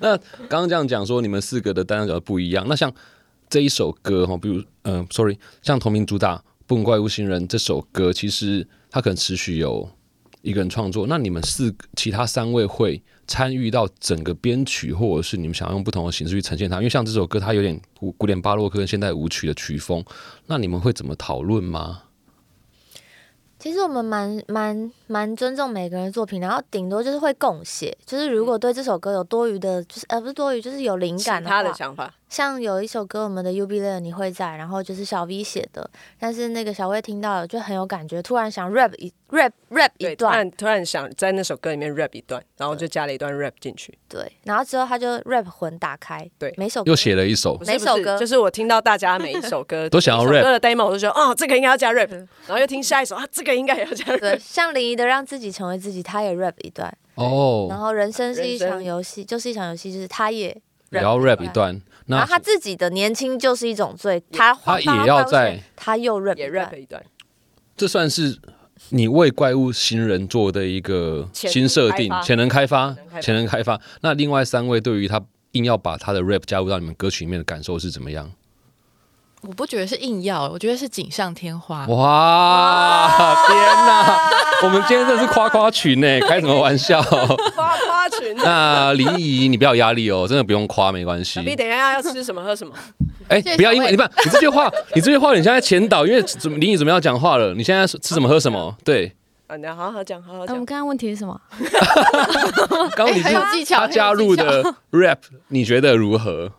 Speaker 1: 那刚刚这样讲说你们四个的单调角不一样，那像这一首歌哈，比如嗯、s o r r y 像同名主打《不能怪无心人》这首歌，其实它可能持续有一个人创作，那你们四个其他三位会参与到整个编曲，或者是你们想要用不同的形式去呈现它，因为像这首歌它有点古古典巴洛克跟现代舞曲的曲风，那你们会怎么讨论吗？
Speaker 5: 其实我们蛮蛮蛮尊重每个人的作品，然后顶多就是会共写，就是如果对这首歌有多余的，就是呃不是多余，就是有灵
Speaker 2: 其
Speaker 5: 感的
Speaker 2: 他
Speaker 5: 话，
Speaker 2: 的想法，
Speaker 5: 像有一首歌我们的 U B 类你会在，然后就是小 V 写的，但是那个小薇听到了就很有感觉，突然想 rap 一 rap rap 一
Speaker 2: 对，突
Speaker 5: 段，
Speaker 2: 然突然想在那首歌里面 rap 一段，然后就加了一段 rap 进去。
Speaker 5: 对，然后之后他就 rap 魂打开，
Speaker 2: 对
Speaker 5: 每首歌
Speaker 1: 又写了一首
Speaker 2: 不，是
Speaker 5: 每首
Speaker 2: 不是
Speaker 5: 歌
Speaker 2: 就是我听到大家每一首 歌
Speaker 1: 都想要
Speaker 2: 每一首
Speaker 1: rap
Speaker 2: 歌的 demo，我就觉得哦，这个应该要加 rap，然后又听下一首啊，这个应该也要加 rap
Speaker 5: 嗯对，。像林怡的让自己成为自己，他也 rap 一段，然
Speaker 1: 哦，
Speaker 5: 后人生是
Speaker 2: 人
Speaker 5: 一
Speaker 2: 生
Speaker 5: 场游戏，就是一场游戏，就是他也。
Speaker 1: 也要 rap 一段，
Speaker 5: 然
Speaker 1: 那
Speaker 5: 后他自己的年轻就是一种罪，他
Speaker 1: 他也要在。
Speaker 5: 他又 rap
Speaker 2: 也
Speaker 5: 一
Speaker 2: rap
Speaker 5: 段
Speaker 2: 一段，
Speaker 1: 这算是你为怪物新人做的一个
Speaker 2: 潜能
Speaker 1: 新设定
Speaker 2: 开发、
Speaker 1: 潜能开发
Speaker 2: 潜能开、发
Speaker 1: 潜能开发。那另外三位对于他硬要把他的 rap 加入到你们歌曲里面的感受是怎么样？
Speaker 6: 我不觉得是硬要，我觉得是锦上添花。
Speaker 1: 哇，天哪！我们今天这是夸夸群 呢，开什么玩笑？
Speaker 2: 夸夸群。
Speaker 1: 那林怡，你不要有压力哦，真的不用夸，没关系
Speaker 2: 啊小。B，等一下要吃什么喝什么？
Speaker 1: 哎，
Speaker 6: 谢谢
Speaker 1: 不要因
Speaker 6: 小
Speaker 1: 为
Speaker 6: 魏
Speaker 1: 你不，你这句 话，你这句话，你现在前导，因为准林怡准备要讲话了，你现在吃什么喝什么？对，
Speaker 2: 啊，你好好讲，好好
Speaker 4: 哎我
Speaker 2: 讲
Speaker 4: 们。刚刚问题是什么？
Speaker 1: 刚刚你
Speaker 6: 哎很有技巧
Speaker 1: 他加入的 rap，你觉得如何？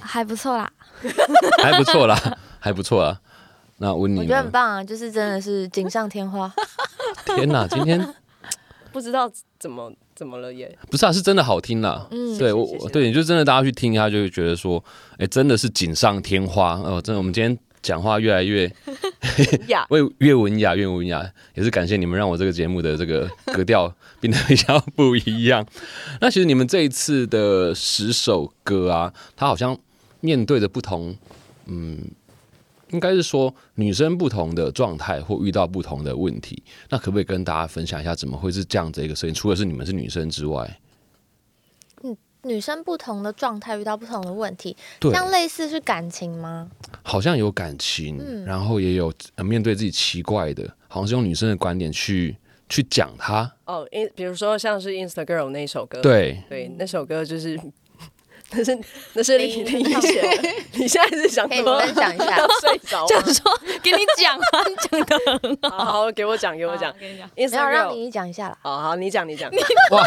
Speaker 4: 还不错啦，
Speaker 1: 还不错啦，还不错啦。啊那温
Speaker 5: 我
Speaker 1: 妮
Speaker 5: 觉得很
Speaker 1: 呢，
Speaker 5: 棒啊，就是真的是锦上添花。
Speaker 1: 天哪，今 天
Speaker 2: 不知道怎么怎么了 耶，
Speaker 1: 不是啊，是真的好听啦。
Speaker 5: 嗯，
Speaker 1: 对我，
Speaker 2: 谢谢
Speaker 1: 我对，你就真的大家去听一下，就会觉得说，哎，真的是锦上添花哦、真的，我们今天讲话越来越
Speaker 2: 呀，
Speaker 1: 为越文雅越文雅，也是感谢你们让我这个节目的这个格调变得比较不一样。那其实你们这一次的十首歌啊，它好像面对的不同，嗯，应该是说女生不同的状态或遇到不同的问题。那可不可以跟大家分享一下，怎么会是这样子一个事情？除了是你们是女生之外，
Speaker 5: 女生不同的状态遇到不同的问题，
Speaker 1: 对，
Speaker 5: 像类似是感情吗？
Speaker 1: 好像有感情，
Speaker 5: 嗯
Speaker 1: 然后也有、呃面对自己奇怪的，好像是用女生的观点去去讲它。
Speaker 2: 哦，因比如说像是 Instagram 那一首歌，
Speaker 1: 对，
Speaker 2: 对，那首歌就是。 那是那是李
Speaker 5: 林
Speaker 2: 李 怡写的，你现在是想
Speaker 5: 可以
Speaker 2: 说
Speaker 5: 分享一下
Speaker 2: 要 睡着
Speaker 4: 想
Speaker 2: 吗？
Speaker 4: 说给你讲 啊，你讲的很好。
Speaker 2: 好好，给我讲，给我讲。
Speaker 4: 跟你讲，
Speaker 5: 没有让
Speaker 2: Instagram，，
Speaker 5: 你讲一下啦
Speaker 2: 好好，你 讲，你讲。
Speaker 1: 哇，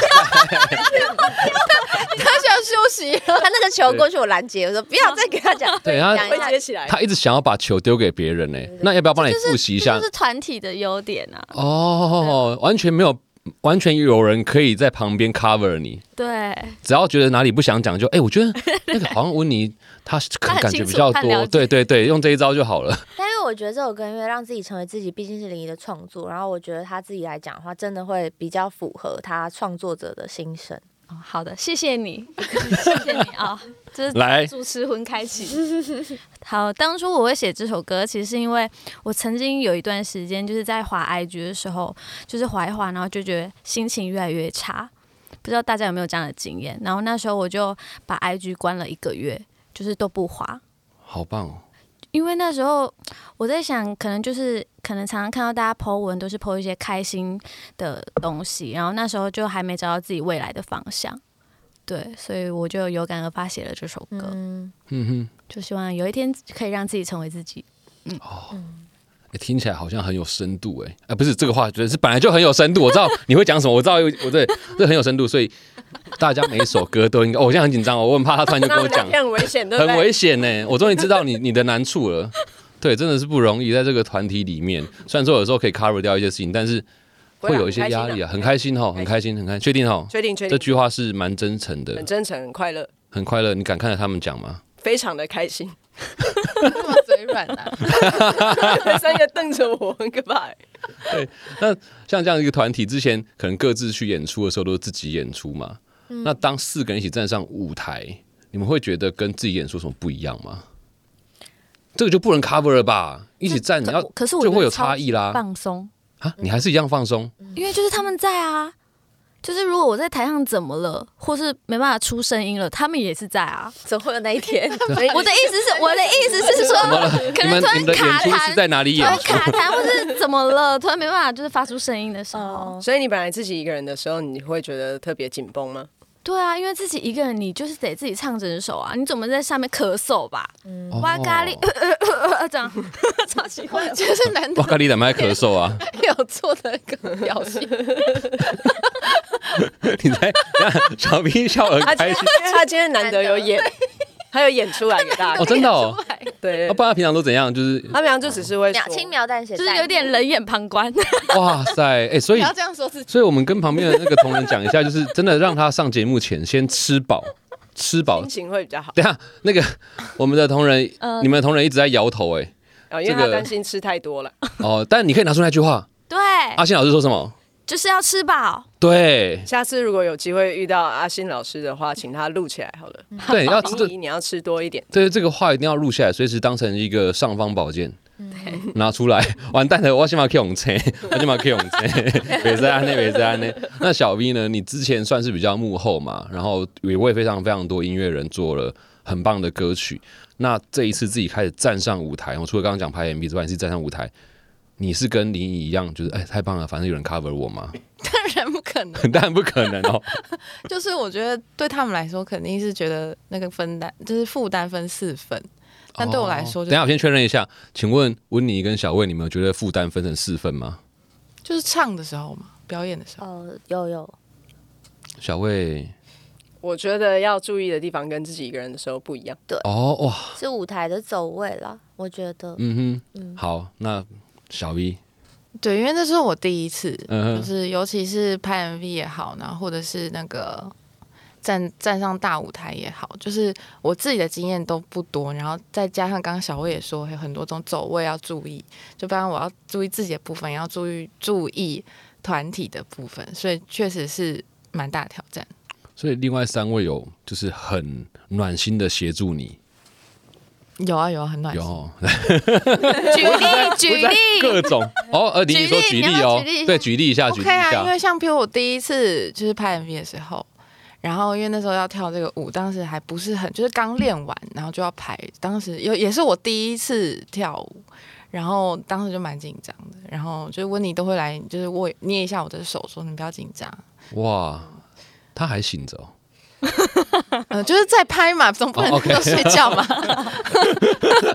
Speaker 6: 他想休息，
Speaker 5: 他那个球过去我拦截，我说不要再给他讲，
Speaker 1: 对他
Speaker 5: 讲一
Speaker 2: 会
Speaker 5: 下
Speaker 2: 接起来。
Speaker 1: 他一直想要把球丢给别人呢、欸那要不要帮你复习一下
Speaker 4: 这就？是团体的优点啊。
Speaker 1: 哦，完全没有，完全有人可以在旁边 cover 你，
Speaker 4: 对，
Speaker 1: 只要觉得哪里不想讲，就哎、我 觉得那个好像温妮她可能
Speaker 4: 很
Speaker 1: 感觉
Speaker 4: 清
Speaker 1: 比
Speaker 4: 楚
Speaker 1: 较
Speaker 4: 她了
Speaker 1: 多，
Speaker 4: 解
Speaker 1: 对对对，用这一招就好 了。
Speaker 5: 但因为我觉得这首歌，因为让自己成为自己，毕竟是林怡的创作，然后我觉得他自己来讲的话，真的会比较符合他创作者的心声。
Speaker 4: 哦，好的，谢谢你， 谢谢你啊、这是
Speaker 1: 来，
Speaker 4: 主持魂开启。 好，当初我会写这首歌，其实是因为我曾经有一段时间就是在滑 IG 的时候，就是滑一滑，然后就觉得心情越来越差。不知道大家有没有这样的经验？然后那时候我就把 IG 关了一个月，就是都不滑，
Speaker 1: 好棒哦！
Speaker 4: 因为那时候我在想，可能就是可能常常看到大家 Po 文都是 Po 一些开心的东西，然后那时候就还没找到自己未来的方向，对，所以我就有感而发写了这首歌，
Speaker 5: 嗯，
Speaker 1: 嗯
Speaker 4: 就希望有一天可以让自己成为自己。
Speaker 1: 哼、欸听起来好像很有深度哎、啊，不是这个话，觉得是本来就很有深度。我知 道你会讲什么，我知道有我对这很有深度，所以大家每一首歌都应该。哦我现在很紧张哦，我很怕他突然就跟
Speaker 2: 那
Speaker 1: 我
Speaker 2: 我
Speaker 1: 讲
Speaker 2: 们，很危险，对不
Speaker 1: 很欸
Speaker 2: 对？
Speaker 1: 危险呢、我终于知道你你的难处了。对，真的是不容易，在这个团体里面，虽然说有时候可以 cover 掉一些事情，但是
Speaker 2: 不
Speaker 1: 会
Speaker 2: 啦
Speaker 1: 有一些压力啊，很开心哈，很开心，很开，确定哈，
Speaker 2: 确定确
Speaker 1: 这
Speaker 2: 定，
Speaker 1: 句话是蛮真诚的
Speaker 2: 很，真诚，很快乐，
Speaker 1: 很快乐。你敢看着他们讲吗？
Speaker 2: 非常的 开心。
Speaker 6: 干嘛嘴软啊？
Speaker 2: 三个瞪着我，很可怕欸。
Speaker 1: 像这样一个团体，之前可能各自去演出的时候都是自己演出嘛。那当四个人一起站上舞台，你们会觉得跟自己演出有什么不一样吗？这个就不能 cover 了吧？一起站你要
Speaker 4: 可是我
Speaker 1: 就
Speaker 4: 觉
Speaker 1: 会
Speaker 4: 得
Speaker 1: 有
Speaker 4: 超
Speaker 1: 差异啦。
Speaker 4: 放松，
Speaker 1: 啊，你还是一样放松，
Speaker 4: 因为就是他们在啊，就是如果我在台上怎么了，或是没办法出声音了，他们也是在啊。
Speaker 5: 总会有那一 天。
Speaker 4: 我的意思是，我的意思是说，可
Speaker 1: 你们
Speaker 4: 能突
Speaker 1: 你们
Speaker 4: 然
Speaker 1: 的演
Speaker 4: 卡
Speaker 1: 出是在
Speaker 4: 痰，
Speaker 1: 哪里啊
Speaker 4: 突
Speaker 1: 演
Speaker 4: 然
Speaker 1: 出？
Speaker 4: 卡痰，或是怎么了，突然没办法就是发出声音的时
Speaker 5: 哦
Speaker 4: 候，
Speaker 2: 所以你本来自己一个人的时候，你会觉得特别紧绷吗？
Speaker 4: 对啊，因为自己一个人，你就是得自己唱整首啊，你总不能在下面咳嗽吧？
Speaker 1: 哦
Speaker 4: 哇咖喱，呃这样 超奇怪。
Speaker 6: 就是难
Speaker 1: 哇
Speaker 6: 得
Speaker 1: 咖喱怎么还咳嗽啊？
Speaker 6: 有做的一个表现，
Speaker 1: 你在让小兵笑得很
Speaker 2: 他今
Speaker 1: 开
Speaker 2: 天
Speaker 1: 心
Speaker 2: 他今天难得有演，他有演出来给大家
Speaker 1: 哦，
Speaker 2: 看。
Speaker 1: 真的哦。
Speaker 2: 对
Speaker 1: 啊，，不然他平常都怎样？就是
Speaker 2: 他们俩就只是会说
Speaker 5: 秒轻描淡写，
Speaker 4: 就是有点冷眼旁观，
Speaker 1: 哇塞，哎、所
Speaker 6: 不
Speaker 1: 以
Speaker 6: 要这样说自己。
Speaker 1: 所以我们跟旁边的那个同仁讲一下，就是真的让他上节目前先吃饱， 吃饱
Speaker 2: 心。情会比较好，
Speaker 1: 等一下那个我们的同仁，
Speaker 4: 呃
Speaker 1: 你们的同仁一直在摇头、哎，
Speaker 2: 哦，因为
Speaker 1: 这个
Speaker 2: 他担心吃太多了。
Speaker 1: 哦，但你可以拿出那句话，
Speaker 4: 对，
Speaker 1: 阿信老师说什么？
Speaker 4: 就是要吃饱。
Speaker 1: 对
Speaker 2: 下次如果有机会遇到阿信老师的话，请他录起来好了。
Speaker 4: 嗯
Speaker 1: 对，要嗯这
Speaker 2: 明仪，你要吃多一点。
Speaker 1: 对这个话一定要录下来，随时当成一个尚方宝剑。拿出来， 完蛋了！我先把 K 用车，我先把 K 用车， 别在安内，别在安内。那小 V 呢？你之前算是比较幕后嘛，然后也为非常非常多音乐人做了很棒的歌曲。那这一次自己开始站上舞台，我除了刚刚讲拍 MV 之外，你是站上舞台，你是跟林怡一样，就是哎太棒了，反正有人 cover 我嘛，
Speaker 6: 当然不可能，
Speaker 1: 当然不可能哦。
Speaker 6: 就是我觉得对他们来说，肯定是觉得那个分担就是负担分四分， 但对我来说
Speaker 1: 哦
Speaker 6: 就
Speaker 1: 等一下我先确认一下，请问温妮跟小魏，你们有觉得负担分成四份吗？
Speaker 6: 就是唱的时候嘛，表演的时候，
Speaker 5: 哦，有有，
Speaker 1: 小魏，
Speaker 2: 我觉得要注意的地方跟自己一个人的时候不一样。
Speaker 1: 哦哇，
Speaker 5: 是舞台的走位啦，我觉得。
Speaker 1: 嗯哼，好，那小 V，
Speaker 6: 对，因为那是我第一次，
Speaker 1: 嗯
Speaker 6: 就
Speaker 1: 哼，
Speaker 6: 是尤其是拍 MV 也好，然后或者是那个站站上大舞台也好，就是我自己的经验都不多，然后再加上刚刚小魏也说，还有很多种走位要注意，就包括我要注意自己的部分，也要注意注意团体的部分，所以确实是蛮大的挑战。
Speaker 1: 所以另外三位有就是很暖心的协助你，
Speaker 6: 有啊有啊，很暖
Speaker 1: 有
Speaker 6: 心。
Speaker 1: 哦
Speaker 4: 举例，举例，
Speaker 1: 各种哦，呃，你
Speaker 4: 举例
Speaker 1: 说举
Speaker 4: 你要
Speaker 1: 例
Speaker 4: 不要
Speaker 1: 哦
Speaker 4: 举例
Speaker 1: 对，举例一
Speaker 4: 一，下
Speaker 1: 下，举例一
Speaker 6: OK 啊，因
Speaker 1: 下，
Speaker 6: 为像譬如我第一次就是拍 MV 的时候，然后因为那时候要跳这个舞，当时还不是很，就是刚练完，然后就要排，当时也也是我第一次跳舞，然后当时就蛮紧张的，然后就是温妮都会来，就是握捏一下我的手，说你不要紧 张，
Speaker 1: 哇，他还醒着哦，
Speaker 6: 呃，就是在拍嘛，总不能
Speaker 1: 哦，OK
Speaker 6: 都睡觉嘛，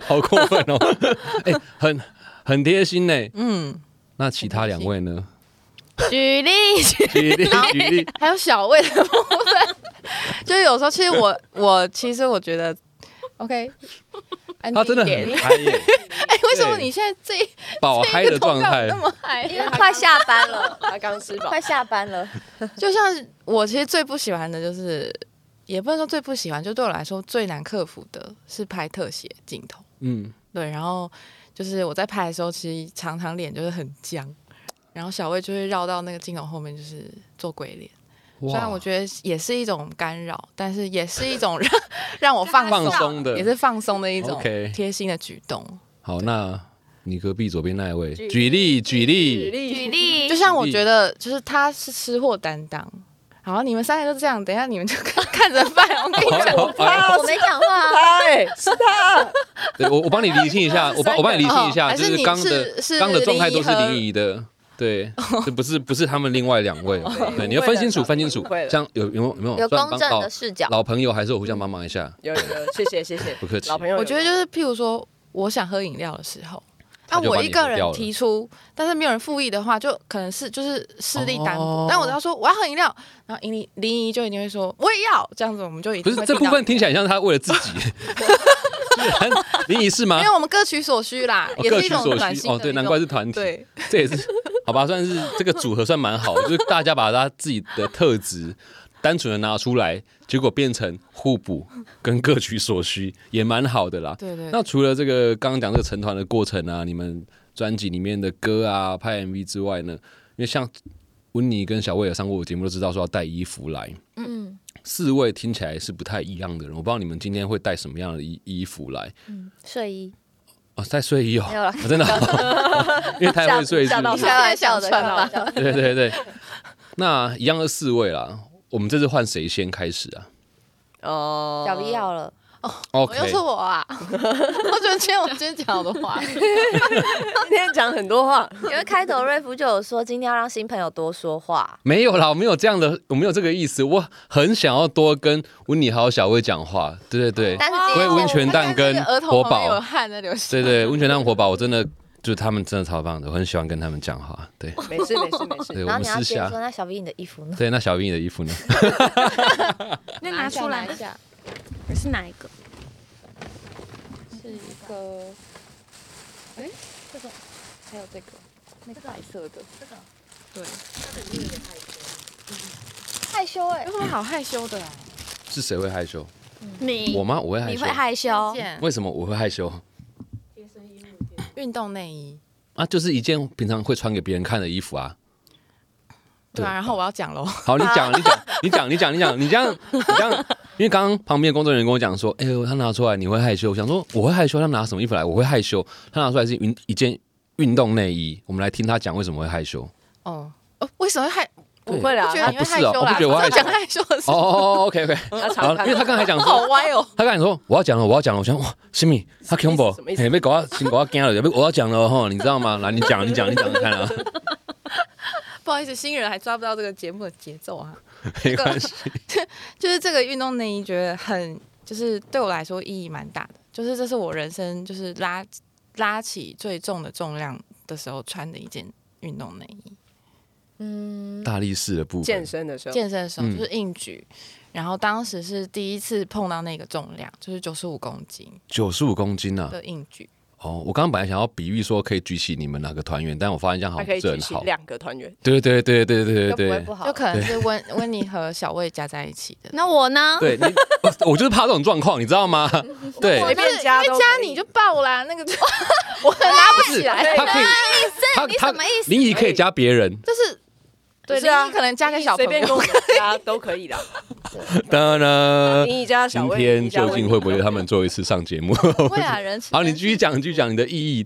Speaker 1: 好过分哦， 哎，很很贴心呢。
Speaker 6: 嗯，
Speaker 1: 那其他两位呢？
Speaker 4: 举 例，举
Speaker 1: 举例，举例，
Speaker 6: 还有小魏的部分， 就是有时候其 实我我其实我觉得 OK，安静
Speaker 1: 他
Speaker 6: 一
Speaker 1: 真的
Speaker 6: 点
Speaker 1: 很嗨耶，
Speaker 6: 哎，为什么你现在这一
Speaker 1: 饱嗨的状态
Speaker 6: 那。么嗨？
Speaker 5: 因为快下班了，
Speaker 2: 他刚吃 饱，
Speaker 5: 快下 班了，
Speaker 6: 就像我其实最不喜欢的就是，也不能说最不喜欢，就对我来说最难克服的是拍特写镜头。
Speaker 1: 嗯，
Speaker 6: 对，然后就是我在拍的时候，其实常常脸就是很僵，然后小魏就会绕到那个镜头后面，就是做鬼脸。虽然我觉得也是一种干扰，但是也是一种 让让我放
Speaker 1: 放松的
Speaker 6: 也是放松的一种
Speaker 1: OK
Speaker 6: 贴心的举动。
Speaker 1: 好，那你隔壁左边那一位，举例，举
Speaker 2: 举
Speaker 1: 例，
Speaker 2: 例。
Speaker 4: 例
Speaker 6: 就像我
Speaker 1: 举例
Speaker 6: 觉得，就是他是吃货担当。好，你们三个都这样，等一下你们就 看看着办。我跟你讲，
Speaker 1: 好好好
Speaker 5: 我没讲话啊。
Speaker 2: 他哎，是他，
Speaker 1: 对我我帮你理清一下，我帮我帮你理清一
Speaker 6: 哦
Speaker 1: 下，
Speaker 6: 还
Speaker 1: 就是是
Speaker 6: 你
Speaker 1: 刚
Speaker 6: 是
Speaker 1: 的
Speaker 6: 是
Speaker 1: 刚的状态都是
Speaker 6: 林怡和
Speaker 1: 林怡的，对，这不是不是他们另外两位，对，你要分清楚分清楚
Speaker 2: 误会，了
Speaker 1: 像有有没有有没有
Speaker 5: 有
Speaker 1: 算帮
Speaker 5: 公正
Speaker 1: 老
Speaker 5: 的视角，
Speaker 1: 老朋友还是我互相帮忙一下，
Speaker 2: 有有有，谢谢谢谢，
Speaker 1: 不客气
Speaker 2: 老朋友有。
Speaker 6: 我觉得就是，譬如说，我想喝饮料的时候，那、
Speaker 1: 他就把
Speaker 6: 我
Speaker 1: 你
Speaker 6: 一个
Speaker 1: 喝掉
Speaker 6: 人
Speaker 1: 了
Speaker 6: 提出，但是没有人附议的话，就可能是就是势力单
Speaker 1: 哦
Speaker 6: 薄。但我只要说我要喝饮料，然后林怡林怡就一定会说我也要，这样子我们就一
Speaker 1: 不
Speaker 6: 定
Speaker 1: 是
Speaker 6: 会
Speaker 1: 这
Speaker 6: 听
Speaker 1: 部
Speaker 6: 到
Speaker 1: 分听起来像是他为了自己， 林怡是吗
Speaker 6: 因？为我们各取所需啦，
Speaker 1: 哦
Speaker 6: 也
Speaker 1: 各
Speaker 6: 是
Speaker 1: 取
Speaker 6: 一种
Speaker 1: 所
Speaker 6: 暖
Speaker 1: 需
Speaker 6: 心的
Speaker 1: 哦，对，
Speaker 6: 一
Speaker 1: 难
Speaker 6: 种
Speaker 1: 怪是团体，
Speaker 6: 对，
Speaker 1: 这也是好吧，算是这个组合算蛮好的，就是大家把他自己的特质单纯的拿出来，结果变成互补跟各取所需，也蛮好的啦。
Speaker 6: 对对
Speaker 1: 那除了这个刚刚讲这个成团的过程啊，你们专辑里面的歌啊、拍 MV 之外呢，因为像温妮跟小魏有上过我节目，都知道说要带衣服来。
Speaker 5: 嗯，
Speaker 1: 四位听起来是不太一样的人，我不知道你们今天会带什么样的衣衣服来
Speaker 5: 嗯睡衣
Speaker 1: 哦，带睡衣哦，
Speaker 5: 没有啦
Speaker 1: 哦真的哦， 因为太会睡是
Speaker 5: 吓
Speaker 1: 不
Speaker 5: 到
Speaker 1: 是？
Speaker 5: 开玩笑的，
Speaker 6: 吓
Speaker 5: 开
Speaker 6: 到
Speaker 5: 玩笑的。
Speaker 1: 对对对，那一样的四位啦，我们这次换谁先开始啊
Speaker 2: 哦，
Speaker 5: 小 B 好了，
Speaker 6: 我
Speaker 1: ？OK，
Speaker 6: 又是我啊！ 我觉得今天我今天讲我的话，
Speaker 2: 今天讲很多话，
Speaker 5: 因为开头瑞夫就有说今天要让新朋友多说话，
Speaker 1: 没有啦，我没有这样的，我没有这个意思，我很想要多跟温妮还有小薇讲话，对对对，
Speaker 5: 哦但是
Speaker 1: 所以温泉 蛋跟
Speaker 6: 我刚才那个额头
Speaker 1: 国
Speaker 6: 旁边
Speaker 1: 宝
Speaker 6: 有汗在流下，
Speaker 1: 对对，温泉蛋火把我真的就是他们真的超棒的，我很喜欢跟他们讲话，对
Speaker 2: 没事没事没事，
Speaker 1: 对，我
Speaker 5: 然
Speaker 1: 们啊
Speaker 5: 后你要
Speaker 1: 私
Speaker 5: 先说
Speaker 1: 下。
Speaker 5: 那小 B 你的衣服呢？
Speaker 1: 对，那小兵你的衣服呢？
Speaker 4: 那拿出来
Speaker 5: 一，下，
Speaker 4: 是哪一个？
Speaker 3: 是一个，哎、这个，还有这个，那个白色的，这个，
Speaker 6: 对，
Speaker 3: 害羞哎、
Speaker 6: 有什么好害羞的啊？
Speaker 1: 是谁会害羞？
Speaker 4: 你
Speaker 1: 我吗？我会害
Speaker 4: 你
Speaker 1: 羞
Speaker 4: 会。害羞？
Speaker 6: 件
Speaker 1: 为什么我会害羞？
Speaker 6: 运动内衣，
Speaker 1: 啊，就是一件平常会穿给别人看的衣服啊。
Speaker 6: 对啊，然后我要讲喽，
Speaker 1: 好，你讲，你讲，你讲，你讲，你讲，你这样，你这样，因为刚刚旁边的工作人员跟我讲说，哎、呦，他拿出来你会害羞，我想说我会害羞，他拿什么衣服来我会害羞，他拿出来是运一件运动内衣，我们来听他讲为什么会害羞。
Speaker 6: 哦哦，为什么会害？
Speaker 2: 不会啦
Speaker 6: 不，觉得
Speaker 1: 哦
Speaker 6: 你会
Speaker 1: 不是
Speaker 6: 害
Speaker 1: 哦
Speaker 6: 羞
Speaker 1: 我
Speaker 6: 啦，
Speaker 1: 不觉得我害羞
Speaker 6: 讲害羞的事
Speaker 1: 哦，哦哦，OK OK，
Speaker 2: 他
Speaker 1: 好
Speaker 2: 常，看
Speaker 1: 因为他刚才讲
Speaker 6: 好
Speaker 1: 说。
Speaker 6: 歪哦。
Speaker 1: 他刚才说我要讲了，我要讲了，我想哇，西米他 combo，
Speaker 2: 什么意思
Speaker 1: 哎，被狗啊，被狗啊惊了，被我要讲了哦哈，你知道吗？来，你讲，你讲，你讲，看 啊，
Speaker 6: 不好意思，新人还抓不到这个节目的节奏啊。
Speaker 1: 没关系，
Speaker 6: 就是这个运动内衣，觉得很就是对我来说意义蛮大的，就是这是我人生就是拉拉起最重的重量的时候穿的一件运动内衣。
Speaker 5: 嗯，
Speaker 1: 大力士的部
Speaker 2: 健
Speaker 1: 分，
Speaker 2: 身的时候，
Speaker 6: 健身的时候
Speaker 1: 嗯
Speaker 6: 就是硬举，然后当时是第一次碰到那个重量，就是九十五公斤
Speaker 1: 九十五公斤啊，
Speaker 6: 的硬举。
Speaker 1: 哦，我刚刚本来想要比喻说可以举起你们哪个团员，但我发现这样好
Speaker 2: 他
Speaker 1: 像
Speaker 2: 可以
Speaker 1: 不是
Speaker 2: 举
Speaker 1: 很
Speaker 2: 起
Speaker 1: 好。
Speaker 2: 两个团员，
Speaker 1: 对对对对对
Speaker 5: 就不会
Speaker 1: 对
Speaker 5: 不好
Speaker 6: 就。可能是温温妮和小魏加在一起 的。
Speaker 4: 那我呢？
Speaker 1: 对，对你我我就是怕这种状况，你知道吗？对，
Speaker 2: 随便加都可以
Speaker 6: 加你就爆啦，那个就我很拉不起来。
Speaker 1: 他可以，他
Speaker 4: 你
Speaker 1: 他
Speaker 4: 什么意思
Speaker 1: 林怡可以加别人，
Speaker 6: 就是对，
Speaker 2: 是啊
Speaker 6: 你可能加个小朋
Speaker 2: 随便跟
Speaker 6: 友，
Speaker 2: 我加都可以的。
Speaker 1: 当然，
Speaker 2: 林一家小
Speaker 1: 呃今
Speaker 2: 薇，
Speaker 1: 天
Speaker 2: 林怡加
Speaker 1: 究
Speaker 2: 薇
Speaker 1: 竟会不 会他们做一次上节目？
Speaker 6: 会啊，人
Speaker 1: 好，你继续讲，继续讲你的意义。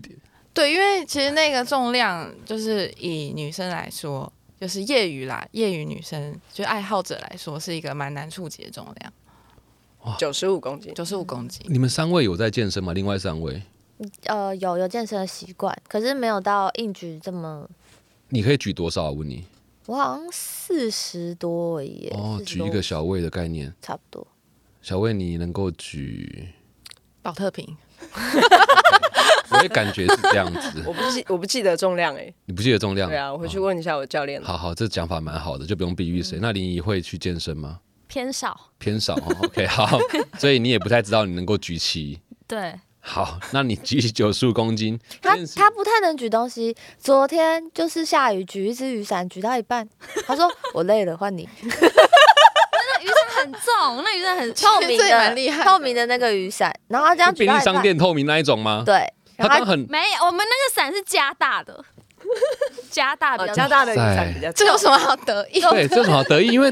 Speaker 6: 对，因为其实那个重量，就是以女生来说，就是业余啦，业余女生就爱好者来说，是一个蛮难触及的重量，
Speaker 2: 九十五 公斤？
Speaker 6: 九十五公斤。
Speaker 1: 你们三位有在健身吗？另外三位，
Speaker 5: 呃，有有健身的习惯，可是没有到硬举这么。
Speaker 1: 你可以举多少啊？我问你。
Speaker 5: 我好像四十多而已耶，
Speaker 1: 哦，
Speaker 5: 40
Speaker 1: 举
Speaker 5: 多
Speaker 1: 一个小魏的概念。
Speaker 5: 差不多。
Speaker 1: 小魏，你能够举？
Speaker 6: 保特瓶，
Speaker 1: 我也感觉是这样子
Speaker 2: 我。不记，我不记得重量哎。
Speaker 1: 你不记得重量？
Speaker 2: 对啊，我回去
Speaker 1: 哦
Speaker 2: 问一下我教练。
Speaker 1: 好好，这讲法蛮好的，就不用比喻谁。那林怡会去健身吗？
Speaker 4: 偏少。
Speaker 1: 偏少哦 ，OK，好，所以你也不太知道你能够举起。
Speaker 4: 对，
Speaker 1: 好，那你举起九十五公斤，
Speaker 5: 他
Speaker 1: 真是
Speaker 5: 他不太能举东西。昨天就是下雨，举一只雨伞，举到一半，他 说我累了，换你。
Speaker 4: 那雨伞很重，那雨伞 很
Speaker 5: 透明
Speaker 6: 这也蛮厉
Speaker 5: 的，
Speaker 6: 害的
Speaker 5: 透明的那个雨伞，然后他这样举
Speaker 1: 便
Speaker 5: 到
Speaker 1: 利
Speaker 5: 一
Speaker 1: 商
Speaker 5: 半，
Speaker 1: 店透明那一种吗？
Speaker 5: 对，
Speaker 1: 他
Speaker 5: 然后
Speaker 1: 刚
Speaker 5: 他
Speaker 1: 很
Speaker 4: 没有，我们那个伞是加大 的，加大
Speaker 2: 哦
Speaker 4: 的，，
Speaker 2: 加大的雨伞比较
Speaker 6: 这有什么好得意？
Speaker 1: 对，这有什么好得意？因为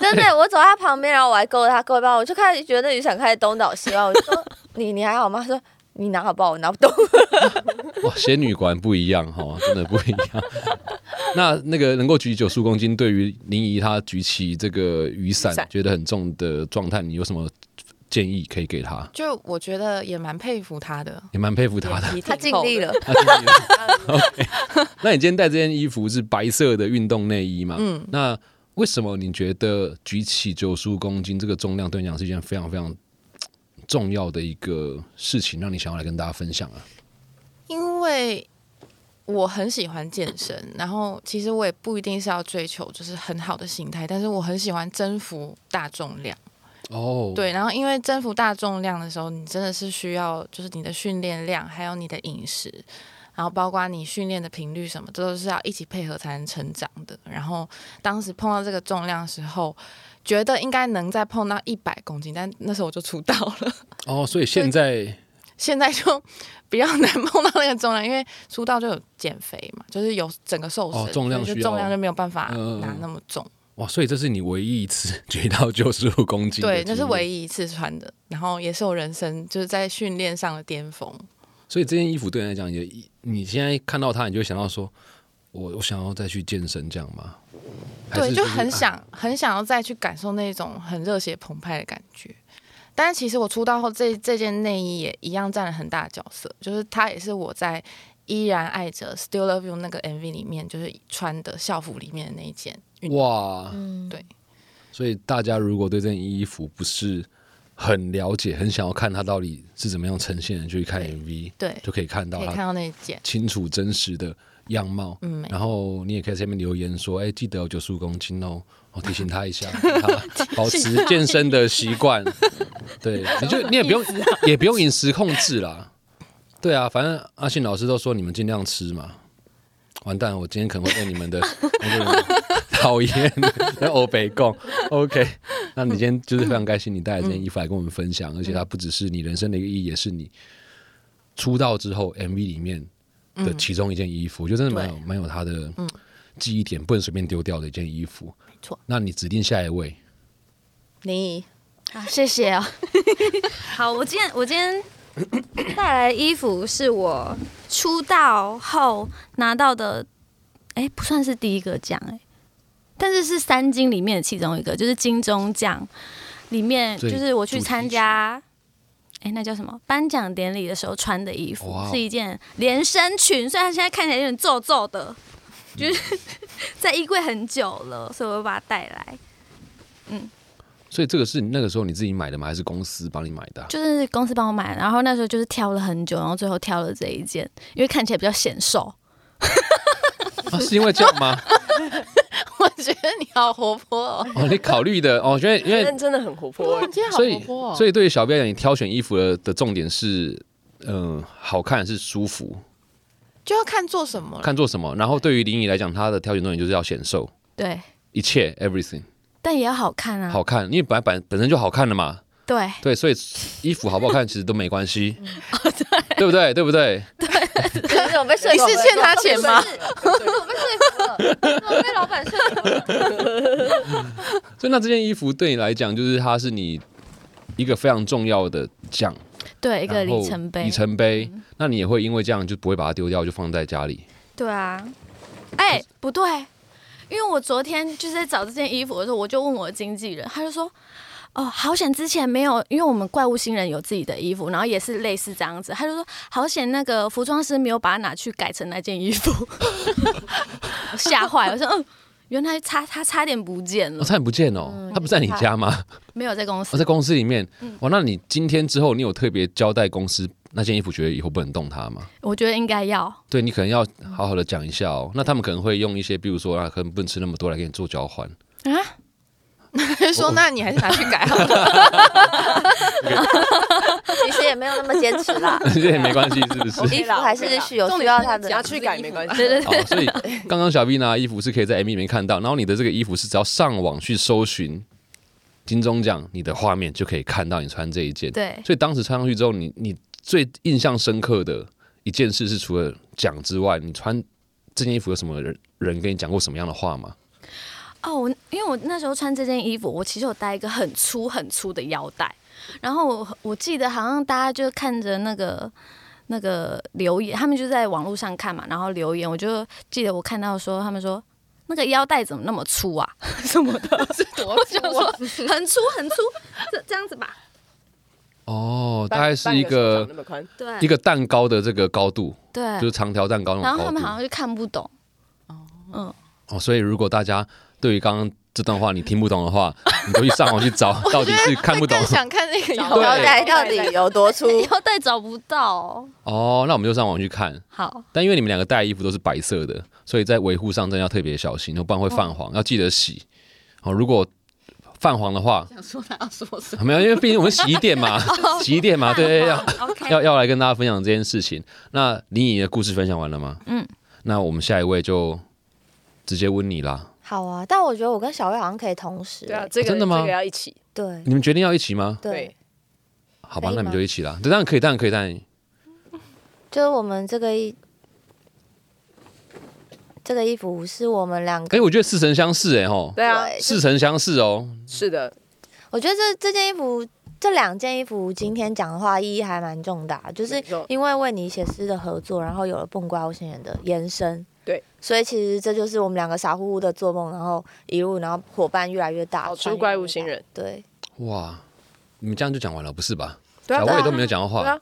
Speaker 5: 真的，我走在他旁边，然后我还勾着他勾一半，我就开始觉得那雨伞开始东倒西歪，我就 说你你还好吗？他说你拿好不好？我拿不动。
Speaker 1: 哇，仙女果然不一样哈，真的不一样。那那个能够举九十五公斤，对于林怡她举起这个雨伞
Speaker 2: 雨伞
Speaker 1: 觉得很重的状态，你有什么建议可以给她？
Speaker 6: 就我觉得也蛮佩服他的，
Speaker 1: 也蛮佩服她的。
Speaker 5: 他尽力
Speaker 6: 嗯
Speaker 5: 了，
Speaker 1: 啊对对对 OK，那你今天带这件衣服是白色的运动内衣嘛？嗯，那为什么你觉得举起九十五公斤这个重量对你讲是一件非常非常重要的一个事情，让你想要来跟大家分享啊？
Speaker 6: 因为我很喜欢健身，然后其实我也不一定是要追求就是很好的形态，但是我很喜欢征服大重量，
Speaker 1: 哦，，
Speaker 6: 对，然后因为征服大重量的时候，你真的是需要就是你的训练量，还有你的饮食，然后包括你训练的频率什么，这都是要一起配合才能成长的。然后当时碰到这个重量的时候，觉得应该能再碰到一百公斤，但那时候我就出道了。
Speaker 1: 哦，所以现在
Speaker 6: 现在就比较难碰到那个重量，因为出道就有减肥嘛，就是有整个瘦身，
Speaker 1: 哦重量
Speaker 6: 所以
Speaker 1: 需
Speaker 6: 就
Speaker 1: 要
Speaker 6: 重量就没有办法
Speaker 1: 嗯嗯嗯
Speaker 6: 拿那么重。
Speaker 1: 哇，所以这是你唯一一次 举到九十五公斤，
Speaker 6: 对，那是唯
Speaker 1: 一。
Speaker 6: 一一次穿的，然后也是我人生就是在训练上的巅峰。
Speaker 1: 所以这件衣服对你来讲，也你现在看到它，你就会想到说，我我想要再去健身这样吗？还
Speaker 6: 对，
Speaker 1: 是
Speaker 6: 就是很
Speaker 1: 啊
Speaker 6: 想、很想要再去感受那种很热血澎湃的感觉。但是其实我出道后，这这件内衣也一样占了很大的角色，就是它也是我在《依然爱着 Still Love You》那个 MV 里面，就是穿的校服里面的那一件运动。
Speaker 1: 哇，
Speaker 5: 嗯，
Speaker 6: 对
Speaker 1: 所以大家如果对这件衣服不是很了解，很想要看它到底是怎么样呈现的，就去看
Speaker 6: 对
Speaker 1: MV，
Speaker 6: 对，
Speaker 1: 就可以看
Speaker 6: 可
Speaker 1: 到
Speaker 6: 以看
Speaker 1: 它
Speaker 6: 到那一件。
Speaker 1: 清楚真实的样貌。
Speaker 6: 嗯，没
Speaker 1: 然后你也可以在下面留言说，哎，记得有九十五公斤哦， 我提醒他一下，让他保持健身的习 惯。对，你就你也不用
Speaker 6: 啊
Speaker 1: 也不用饮食控制啦。对啊，反正阿信老师都说你们尽量吃嘛。完蛋，我今天可能会被你 们的那个人讨厌那欧北共。OK，那你今天就是非常开心，你带来这
Speaker 6: 嗯
Speaker 1: 件衣服来跟我们分享，而且它不只是你人生的一个意义，也是你出道之后 MV 里面的其中一件衣服，我觉得真的蛮有蛮有它的记忆点，不能随便丢掉的一件衣服。没
Speaker 6: 错，
Speaker 1: 那你指定下一位，
Speaker 6: 你
Speaker 4: 啊，谢谢哦。 好，我今天我今天带来的衣服是我出道后拿到的，哎、不算是第一个奖哎、但是是三金里面的其中一个，就是金钟奖里面，
Speaker 1: 最
Speaker 4: 就是我去
Speaker 1: 主题
Speaker 4: 参
Speaker 1: 曲
Speaker 4: 加。哎、那叫什么？颁奖典礼的时候穿的衣服、
Speaker 1: 哇哦
Speaker 4: 是一件连身裙，虽然现在看起来有点皱皱的，就是 在衣柜很久了，所以我把它带来。
Speaker 1: 所以这个是你那个时候你自己买的吗？还是公司帮你买的啊、
Speaker 4: 就是公司帮我买，然后那时候就是挑了很久，然后最后挑了这一件，因为看起来比较显瘦。
Speaker 1: 啊是因为这样吗？
Speaker 6: 我觉得你好活泼哦，
Speaker 1: 哦，你考虑的哦，因为因为
Speaker 2: 但真的很活 泼欸，
Speaker 6: 今天好
Speaker 1: 所以
Speaker 6: 活泼哦。
Speaker 1: 所以对于小编来讲，你挑选衣服的的重点是，嗯、好看是舒服，
Speaker 6: 就要看做什么了。
Speaker 1: 看做什么。然后对于林颖来讲，她的挑选重点就是要显瘦，
Speaker 4: 对，
Speaker 1: 一切 everything
Speaker 4: 但也要好看啊。
Speaker 1: 好看，因为本来本本身就好看的嘛。
Speaker 4: 对，
Speaker 1: 对，所以衣服好不好看其实都没关系，对对不对？对不对？
Speaker 5: 可是我被说服了，
Speaker 6: 你是欠他钱吗
Speaker 5: 我被说服了，我被老板说服了。
Speaker 1: 所以那这件衣服对你来讲，就是它是你一个非常重要的奖，
Speaker 4: 对，一
Speaker 1: 一
Speaker 4: 个里程碑。嗯
Speaker 1: 里程碑。那你也会因为这样就不会把它丢掉，就放在家里。
Speaker 4: 对啊，哎、不对，因为我昨天就是在找这件衣服的时候，我就问我的经纪人，他就说。哦，好险！之前没有，因为我们怪物新人有自己的衣服，然后也是类似这样子。他就说，好险那个服装师没有把它拿去改成那件衣服， 我吓坏了。我说，嗯，原来差他差点不见
Speaker 1: 我、
Speaker 4: 了
Speaker 1: 哦、，差点不见哦，它不在你家 吗？
Speaker 4: 没有在公司
Speaker 1: 哦，。在公司里面。
Speaker 4: 嗯
Speaker 1: 哇，那你今天之后，你有特别交代公司那件衣服，觉得以后不能动它吗？
Speaker 4: 我觉得应该要，
Speaker 1: 对你可能要好好的讲一下哦。那他们可能会用一些，比如说啊，可能不能吃那么多来给你做交换。
Speaker 6: 就 说那你还是拿去改 好了。
Speaker 5: 其实也没有那么坚持啦，
Speaker 1: 这也没关系，是 不是？
Speaker 5: 衣服还是需有需要他的，
Speaker 2: 只要去改没关系。
Speaker 4: 对对
Speaker 1: 好，所以刚刚小 V 拿的衣服是可以在 MV 里面看到，然后你的这个衣服是只要上网去搜寻金钟奖，你的画面就可以看到你穿这一件。
Speaker 4: 对，
Speaker 1: 所以当时穿上去之后，你你最印象深刻的一件事是，除了奖之外，你穿这件衣服有什么人人跟你讲过什么样的话吗？
Speaker 4: 哦，我因为我那时候穿这件衣服，我其实有带一个很粗很粗的腰带，然后我我记得好像大家就看着那个那个留言，他们就在网络上看嘛，然后留言，我就记得我看到说他们说。那个腰带怎么那么粗啊？ 什么的，我想说很粗很粗，这这样子吧，
Speaker 1: 哦，
Speaker 2: 半
Speaker 1: 大概是一
Speaker 2: 半手
Speaker 1: 个
Speaker 2: 掌那么宽，
Speaker 4: 对
Speaker 1: 一个蛋糕的这个高度，
Speaker 4: 对。
Speaker 1: 就是长条蛋糕那
Speaker 4: 然
Speaker 1: 种
Speaker 4: 后
Speaker 1: 高
Speaker 4: 他们好
Speaker 1: 度。
Speaker 4: 像就看不懂，
Speaker 1: 哦，所以如果大家对于刚刚这段话你听不懂的话，你就去上网去找，到底是看不懂
Speaker 6: 更想看那个腰
Speaker 1: 对
Speaker 5: 腰带到底有多粗？
Speaker 4: 腰带找不到。
Speaker 1: 哦。那我们就上网去看。
Speaker 4: 好，
Speaker 1: 但因为你们两个带的衣服都是白色的，哦所以在维护上真的要特别小心，不然会泛黄，要记得洗。哦，如果泛黄的话，
Speaker 6: 想说他要说什么？哦
Speaker 1: 没有，因为毕竟我们洗衣店 嘛， 洗衣店嘛，对，要
Speaker 4: OK，
Speaker 1: 要要来跟大家分享这件事情。那李颖的故事分享完了吗？
Speaker 4: 嗯，
Speaker 1: 那我们下一位就直接问你啦。
Speaker 5: 好啊，但我觉得我跟小月好像可以同时、
Speaker 2: 对啊，
Speaker 5: 欸
Speaker 2: 这个
Speaker 1: 真的吗
Speaker 2: 这个要一起，
Speaker 5: 对
Speaker 1: 你们决定要一起吗？
Speaker 5: 对，
Speaker 1: 好吧，
Speaker 5: 可以
Speaker 1: 那你
Speaker 5: 吗
Speaker 1: 们就一起啦。当然可以，当然可以，当然
Speaker 5: 就是我们这个衣，这个衣服是我们两个。
Speaker 1: 哎、我觉得似曾相识哎、吼，
Speaker 2: 对啊，
Speaker 5: 对
Speaker 1: 似曾相识哦。
Speaker 2: 是的，
Speaker 5: 我觉得这这件衣服，这两件衣服今天讲的话意义还蛮重大，就是
Speaker 2: 没错
Speaker 5: 因为为你写诗的合作，然后有了蹦瓜无限人的延伸。
Speaker 2: 对，
Speaker 5: 所以其实这就是我们两个傻乎乎的做梦，然后一路，然后伙伴越来越大，
Speaker 2: 好
Speaker 5: 伴
Speaker 2: 哦出
Speaker 5: 越
Speaker 2: 怪
Speaker 5: 来越
Speaker 2: 物新
Speaker 5: 大。
Speaker 2: 人，
Speaker 5: 对，
Speaker 1: 哇，你们这样就讲完了不是吧？
Speaker 2: 对啊，
Speaker 1: 小
Speaker 2: 对
Speaker 1: 魏
Speaker 2: 啊
Speaker 1: 都没有讲话。
Speaker 2: 对啊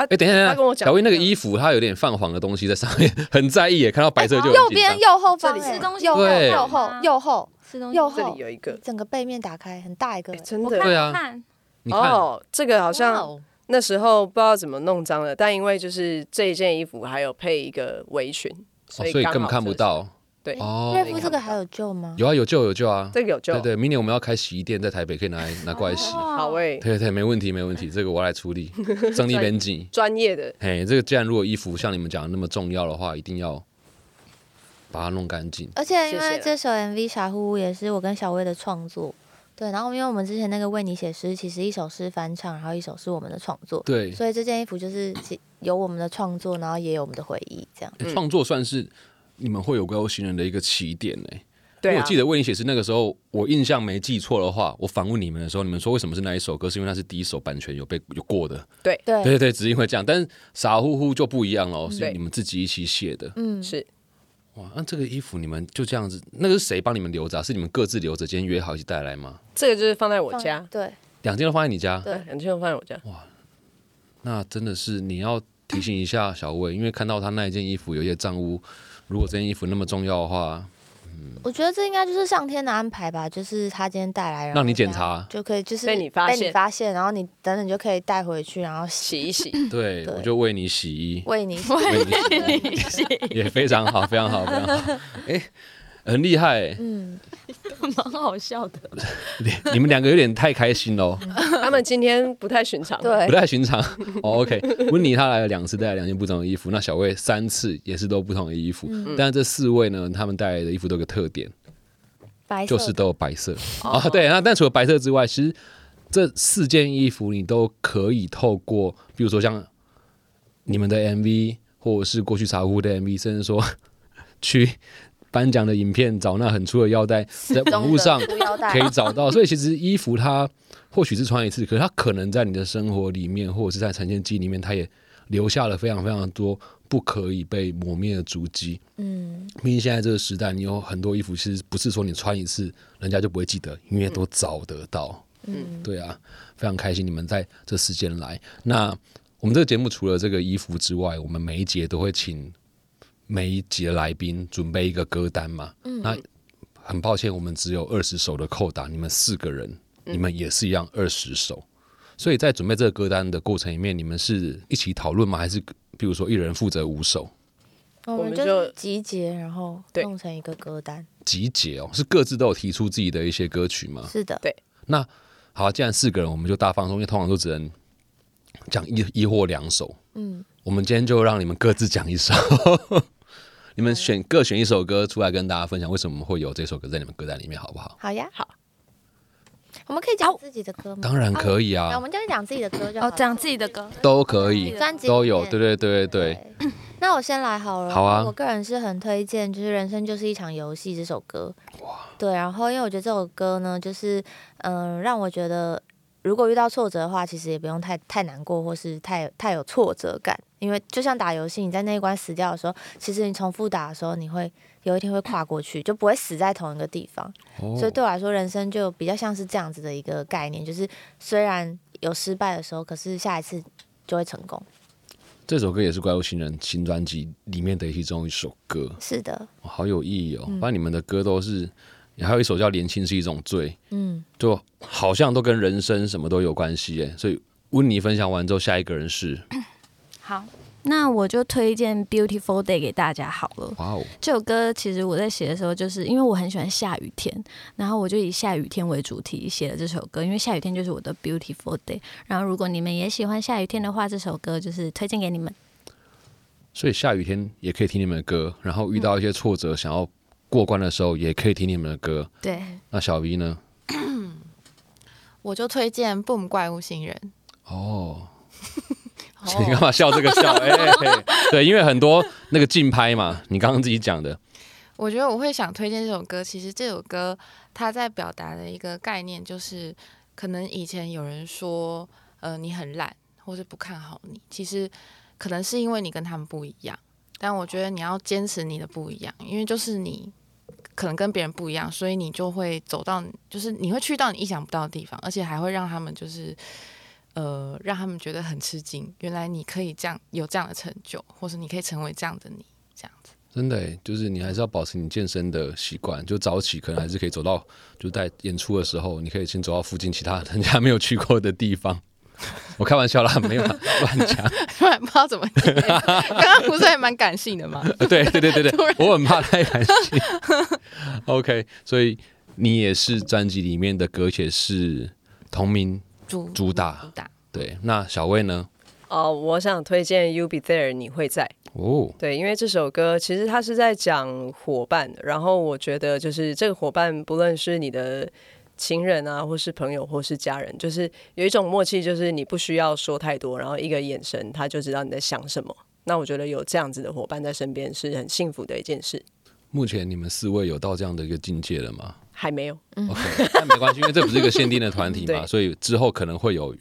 Speaker 2: 啊
Speaker 1: 哎、等一下，
Speaker 2: 他跟
Speaker 1: 等
Speaker 2: 我
Speaker 1: 一下，
Speaker 2: 讲
Speaker 1: 小薇那个衣服，它有点泛黄的东西在上面，很在意耶。看到白色就很
Speaker 2: 哎
Speaker 5: 右
Speaker 1: 紧张
Speaker 5: 边右后方
Speaker 2: 这里
Speaker 5: 欸
Speaker 4: 吃东西
Speaker 5: 右后
Speaker 1: 对
Speaker 5: 右后
Speaker 2: 啊
Speaker 5: 右后，
Speaker 4: 吃东西
Speaker 5: 右
Speaker 2: 这
Speaker 5: 后
Speaker 2: 里有一个，
Speaker 5: 整个背面打开，很大一个
Speaker 2: 哎，。真
Speaker 4: 我
Speaker 2: 的
Speaker 4: 看
Speaker 1: 对啊
Speaker 4: 看
Speaker 1: 你看，
Speaker 2: 哦，这个好
Speaker 6: 哇
Speaker 2: 像
Speaker 6: 哦
Speaker 2: 那时候不知道怎么弄脏了，但因为就是这一件衣服还有配一个围裙，
Speaker 1: 哦
Speaker 2: 所
Speaker 1: 所以
Speaker 2: 刚
Speaker 1: 根本
Speaker 2: 好
Speaker 1: 看不
Speaker 2: 这是。
Speaker 1: 到。
Speaker 2: 对
Speaker 1: 哦，
Speaker 5: 瑞夫这个还有救吗？
Speaker 1: 有啊，有救有救啊！
Speaker 2: 这个哦有救，
Speaker 1: 对对，明年我们要开洗衣店，在台北可以拿来拿过来洗。
Speaker 2: 好喂，
Speaker 1: 对对，没问题没问题，这个我来处 理，整理编辑。
Speaker 2: 专业的
Speaker 1: 嘿，这个既然如果衣服像你们讲的那么重要的话，一定要把它弄干净。
Speaker 5: 而且因
Speaker 2: 谢谢
Speaker 5: 为
Speaker 2: 啦
Speaker 5: 这首 MV《傻乎乎》也是我跟小薇的创作，对。然后因为我们之前那个为你写诗，其实一首是翻唱，然后一首是我们的创作，
Speaker 1: 对，
Speaker 5: 所以这件衣服就是其有我们的创作，然后也有我们的回忆，这样。
Speaker 2: 嗯
Speaker 1: 创、作算是你们会有怪物新人的一个起点呢、因
Speaker 2: 对
Speaker 1: 为
Speaker 2: 啊
Speaker 1: 我，记得为你写诗那个时候，我印象没记错的话，我访问你们的时候，你们说为什么是那一首歌，是因为那是第一首版权有被有过的。
Speaker 5: 对，
Speaker 1: 对对对，只是因为这样，但是傻乎乎就不一样了，是
Speaker 2: 对
Speaker 1: 你们自己一起写的。
Speaker 5: 嗯，
Speaker 2: 是
Speaker 1: 哇，那这个衣服你们就这样子，那个是谁帮你们留着、啊？是你们各自留着，今天约好一起带来吗？
Speaker 2: 这个就是放在我家，
Speaker 5: 嗯
Speaker 2: 哎
Speaker 5: 对，
Speaker 1: 两件都放在你家，
Speaker 5: 对
Speaker 2: 两千我放在我家，
Speaker 1: 那真的是你要提醒一下小魏，因为看到他那一件衣服有一些脏污，如果这件衣服那么重要的话，
Speaker 5: 我觉得这应该就是上天的安排吧，就是他今天带来，然后
Speaker 1: 让你检
Speaker 5: 大家
Speaker 1: 查。
Speaker 5: 就可以，就是
Speaker 2: 被你发现
Speaker 5: 被你发现，然后你等等就可以带回去，然后
Speaker 2: 洗
Speaker 5: 洗
Speaker 2: 一洗，
Speaker 1: 对，
Speaker 5: 对
Speaker 1: 我就为你洗衣，
Speaker 5: 为你洗。
Speaker 1: 为你洗衣， 也非常好，非常好，非常好。哎、很厉害、欸，
Speaker 5: 嗯，
Speaker 4: 蛮好笑的。嗯
Speaker 1: 你你们两个有点太开心喽，
Speaker 2: 他们今天不太寻常，，
Speaker 5: 对
Speaker 1: 不，太寻常。哦，OK，温妮她来了两次，带来两件不同的衣服，那小魏三次也是都不同的衣服，
Speaker 4: 嗯
Speaker 1: 但是这四位呢，他们带来的衣服都有个特点，
Speaker 5: 白色
Speaker 1: 就
Speaker 5: 的哦
Speaker 1: 是都有白色啊、对，那但除了白色之外，其实这四件衣服你都可以透过，比如说像你们的 MV，或者是过去茶壶的 MV，甚至说去颁奖的影片找那很粗的腰带，在网络上
Speaker 5: 中的束腰带
Speaker 1: 可以找到。所以其实衣服它或许是穿一次，可是它可能在你的生活里面，或者是在呈现记忆里面，它也留下了非常非常多不可以被磨灭的足迹。
Speaker 5: 嗯，
Speaker 1: 毕竟现在这个时代，你有很多衣服，其实不是说你穿一次，人家就不会记得，因为都找得到。嗯，对啊，非常开心你们在这时间来。那我们这个节目除了这个衣服之外，我们每一节都会请每一节来宾准备一个歌单嘛。嗯，那很抱歉，我们只有二十首的扣打，你们四个人，你们也是一样二十首。所以在准备这个歌单的过程里面，你们是一起讨论吗？还是比如说一人负责五首？
Speaker 5: 我
Speaker 2: 我
Speaker 5: 们
Speaker 2: 们
Speaker 5: 就是
Speaker 2: 就
Speaker 5: 集结，然后
Speaker 2: 对
Speaker 5: 弄成一个歌单。
Speaker 1: 集结哦，是各自都有提出自己的一些歌曲吗？
Speaker 5: 是的，
Speaker 1: 那好，啊既然四个人，我们就大放松，因为通常都只能讲一一或两首。
Speaker 5: 嗯。
Speaker 1: 我们今天就让你们各自讲一首， 你们选各选一首歌出来跟大家分享，为什么会有这首歌在你们歌单里面，好不好？
Speaker 5: 好呀，
Speaker 2: 好，
Speaker 5: 我们可以讲自己的歌吗？
Speaker 1: 啊当然可以
Speaker 5: 那我
Speaker 1: 啊，
Speaker 5: 们就是讲自己的歌就好
Speaker 4: 哦，讲自己的歌，
Speaker 1: 都可以，
Speaker 5: 专辑
Speaker 1: 都有，
Speaker 5: 里面
Speaker 1: 对对对对对。
Speaker 5: 对。 那我先来好了。
Speaker 1: 好啊
Speaker 5: 我个人是很推荐，就是《人生就是一场游戏》这首歌。对，然后因为我觉得这首歌呢，就是嗯、呃让我觉得如果遇到挫折的话，其实也不用太太难过，或是太太有挫折感，因为就像打游戏，你在那一关死掉的时候，其实你重复打的时候，你会有一天会跨过去，就不会死在同一个地方。所以
Speaker 1: 哦，
Speaker 5: 对我来说，人生就比较像是这样子的一个概念，就是虽然有失败的时候，可是下一次就会成功。
Speaker 1: 这首歌也是《怪物新人》新专辑里面的其中一首歌，
Speaker 5: 是的，
Speaker 1: 哇好有意义哦。
Speaker 5: 嗯
Speaker 1: 反正你们的歌都是，还有一首叫《年轻是一种罪》，
Speaker 5: 嗯，
Speaker 1: 就好像都 跟人生什么都有关系耶。所以温妮分享完之后，下一个人是
Speaker 4: 好，那我就推荐《Beautiful Day》给大家好了。
Speaker 1: 哇哦，
Speaker 4: 这首歌其实我在写的时候，就是因为我很喜欢下雨天，然后我就以下雨天为主题写了这首歌，因为下雨天就是我的 beautiful day。然后如果你们也喜欢下雨天的话，这首歌就是推荐给你们。
Speaker 1: 所以下雨天也可以听你们的歌，然后遇到一些挫折想要过关的时候，也可以听你们的歌。
Speaker 4: 对，
Speaker 1: 那小 V 呢？
Speaker 6: 我就推荐《Boom 怪物新人》。
Speaker 1: 哦， 你干嘛笑这个笑？哎、嘿嘿对，因为很多那个竞拍嘛，你刚刚自己讲的，
Speaker 6: 我觉得我会想推荐这首歌，其实这首歌它在表达的一个概念就是，可能以前有人说，呃，你很烂，或是不看好你，其实可能是因为你跟他们不一样。但我觉得你要坚持你的不一样，因为就是你可能跟别人不一样，所以你就会走到，就是你会去到你意想不到的地方，而且还会让他们就是，呃，让他们觉得很吃惊，原来你可以这样有这样的成就，或是你可以成为这样的你，这样子。
Speaker 1: 真的欸就是你还是要保持你健身的习惯，就早起可能还是可以走到，就在演出的时候，你可以先走到附近其他人家没有去过的地方。我开玩笑啦，没有啦乱讲。
Speaker 6: 突然不知道怎么接，刚刚不是还蛮感性的吗？
Speaker 1: 呃对对对对对，我很怕太感性。OK，所以你也是专辑里面的歌，且是同名
Speaker 6: 主
Speaker 1: 主打
Speaker 6: 主打，
Speaker 1: 对。那小魏呢？
Speaker 2: 哦，我想推荐《You Be There》，你会在。
Speaker 1: 哦，
Speaker 2: 对，因为这首歌其实它是在讲伙伴，然后我觉得就是这个伙伴，不论是你的情人啊，或是朋友，或是家人，就是有一种默契，就是你不需要说太多，然后一个眼神他就知道你在想什么。那我觉得有这样子的伙伴在身边是很幸福的一件事。
Speaker 1: 目前你们四位有到这样的一个境界了吗？
Speaker 2: 还没有，
Speaker 1: 嗯 OK，但没关系，因为这不是一个限定的团体嘛，
Speaker 2: 对
Speaker 1: 所以之后可能会有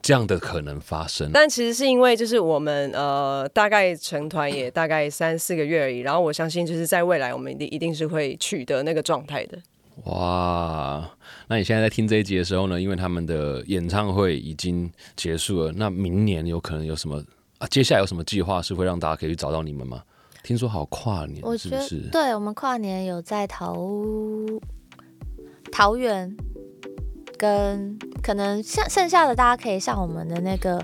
Speaker 1: 这样的可能发生。
Speaker 2: 但其实是因为就是我们呃大概成团也大概三四个月而已，然后我相信就是在未来我们一定一定是会取得那个状态的。
Speaker 1: 哇，那你现在在听这一集的时候呢？因为他们的演唱会已经结束了，那明年有可能有什么啊？接下来有什么计划是会让大家可以去找到你们吗？听说好跨年
Speaker 5: 我，
Speaker 1: 是
Speaker 5: 觉
Speaker 1: 不
Speaker 5: 得
Speaker 1: 是？
Speaker 5: 对我们跨年有在桃桃园，跟可能剩剩下的大家可以上我们的那个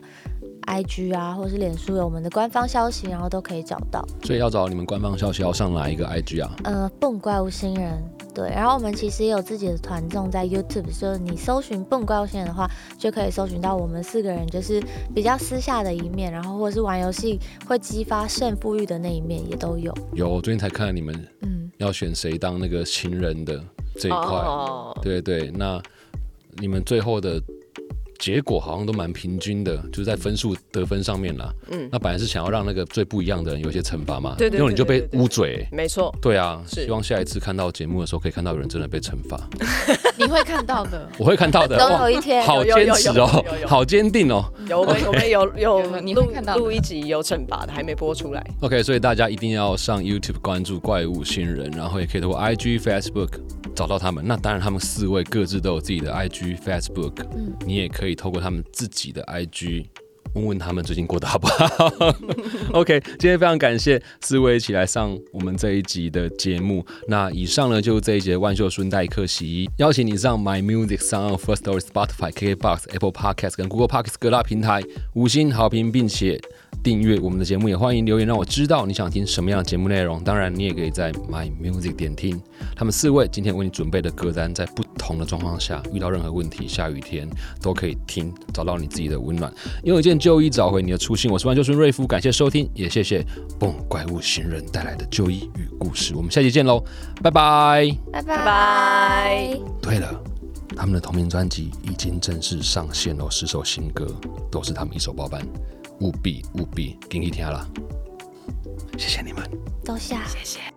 Speaker 5: IG 啊，或是脸书有我们的官方消息，然后都可以找到。
Speaker 1: 所以要找你们官方消息要上哪一个 IG 啊？
Speaker 5: 呃，蹦怪物新人。对，然后我们其实也有自己的团综在 YouTube，所以你搜寻“蹦怪物新人”的话，就可以搜寻到我们四个人就是比较私下的一面，然后或者是玩游戏会激发胜负欲的那一面也都有。
Speaker 1: 有，我最近才看到你们
Speaker 5: 嗯，
Speaker 1: 要选谁当那个情人的这一块。
Speaker 2: 哦，
Speaker 1: 对对，那你们最后的结果好像都蛮平均的，就是在分数得分上面啦。
Speaker 2: 嗯
Speaker 1: 那本来是想要让那个最不一样的人有一些惩罚嘛，
Speaker 2: 对对
Speaker 1: 因为你就被
Speaker 2: 对对对
Speaker 1: 捂嘴。
Speaker 2: 没错，
Speaker 1: 对啊，
Speaker 2: 是
Speaker 1: 希望下一次看到节目的时候，可以看到有人真的被惩罚，。
Speaker 6: 你会看到的
Speaker 1: 我会看到的。
Speaker 5: 总
Speaker 1: 哇
Speaker 5: 有一天，
Speaker 1: 好
Speaker 2: 哎有有
Speaker 1: 坚
Speaker 2: 有
Speaker 1: 持
Speaker 2: 有
Speaker 1: 哦
Speaker 2: 有有，有
Speaker 1: 好坚定哦。
Speaker 2: 有我们我们有有
Speaker 6: 有你会
Speaker 2: 录
Speaker 6: 看到的
Speaker 2: 录一集有惩罚的，还没播出来。
Speaker 1: OK，所以大家一定要上 YouTube 关注怪物新人，然后也可以通过 IG、Facebook 找到他们。那当然，他们四位各自都有自己的 IG、Facebook，、你也可以透过他们自己的 IG 问问他们最近过得好不好。OK，今天非常感谢四位一起来上我们这一集的节目。那以上呢就是这一节万秀顺带客洗衣，邀请你上 My Music、s o n First Story、Spotify、KKBox、Apple Podcast 跟 Google Podcast 各大平台五星好评，并且订阅我们的节目，也欢迎留言让我知道你想听什么样的节目内容。当然，你也可以在 My Music 点听。他们四位今天为你准备的歌单，在不同的状况下遇到任何问题，下雨天都可以听，找到你自己的温暖。用一件旧衣找回你的初心。我是万秀顺瑞夫，感谢收听，也谢谢蹦怪物新人带来的旧衣与故事。我们下期见喽，拜拜。
Speaker 5: 拜拜
Speaker 2: 拜拜。
Speaker 1: 对了，他们的同名专辑已经正式上线了，十首新歌都是他们一手包办，务必务必给你听啦！谢谢你们。
Speaker 5: 都下。
Speaker 6: 谢谢。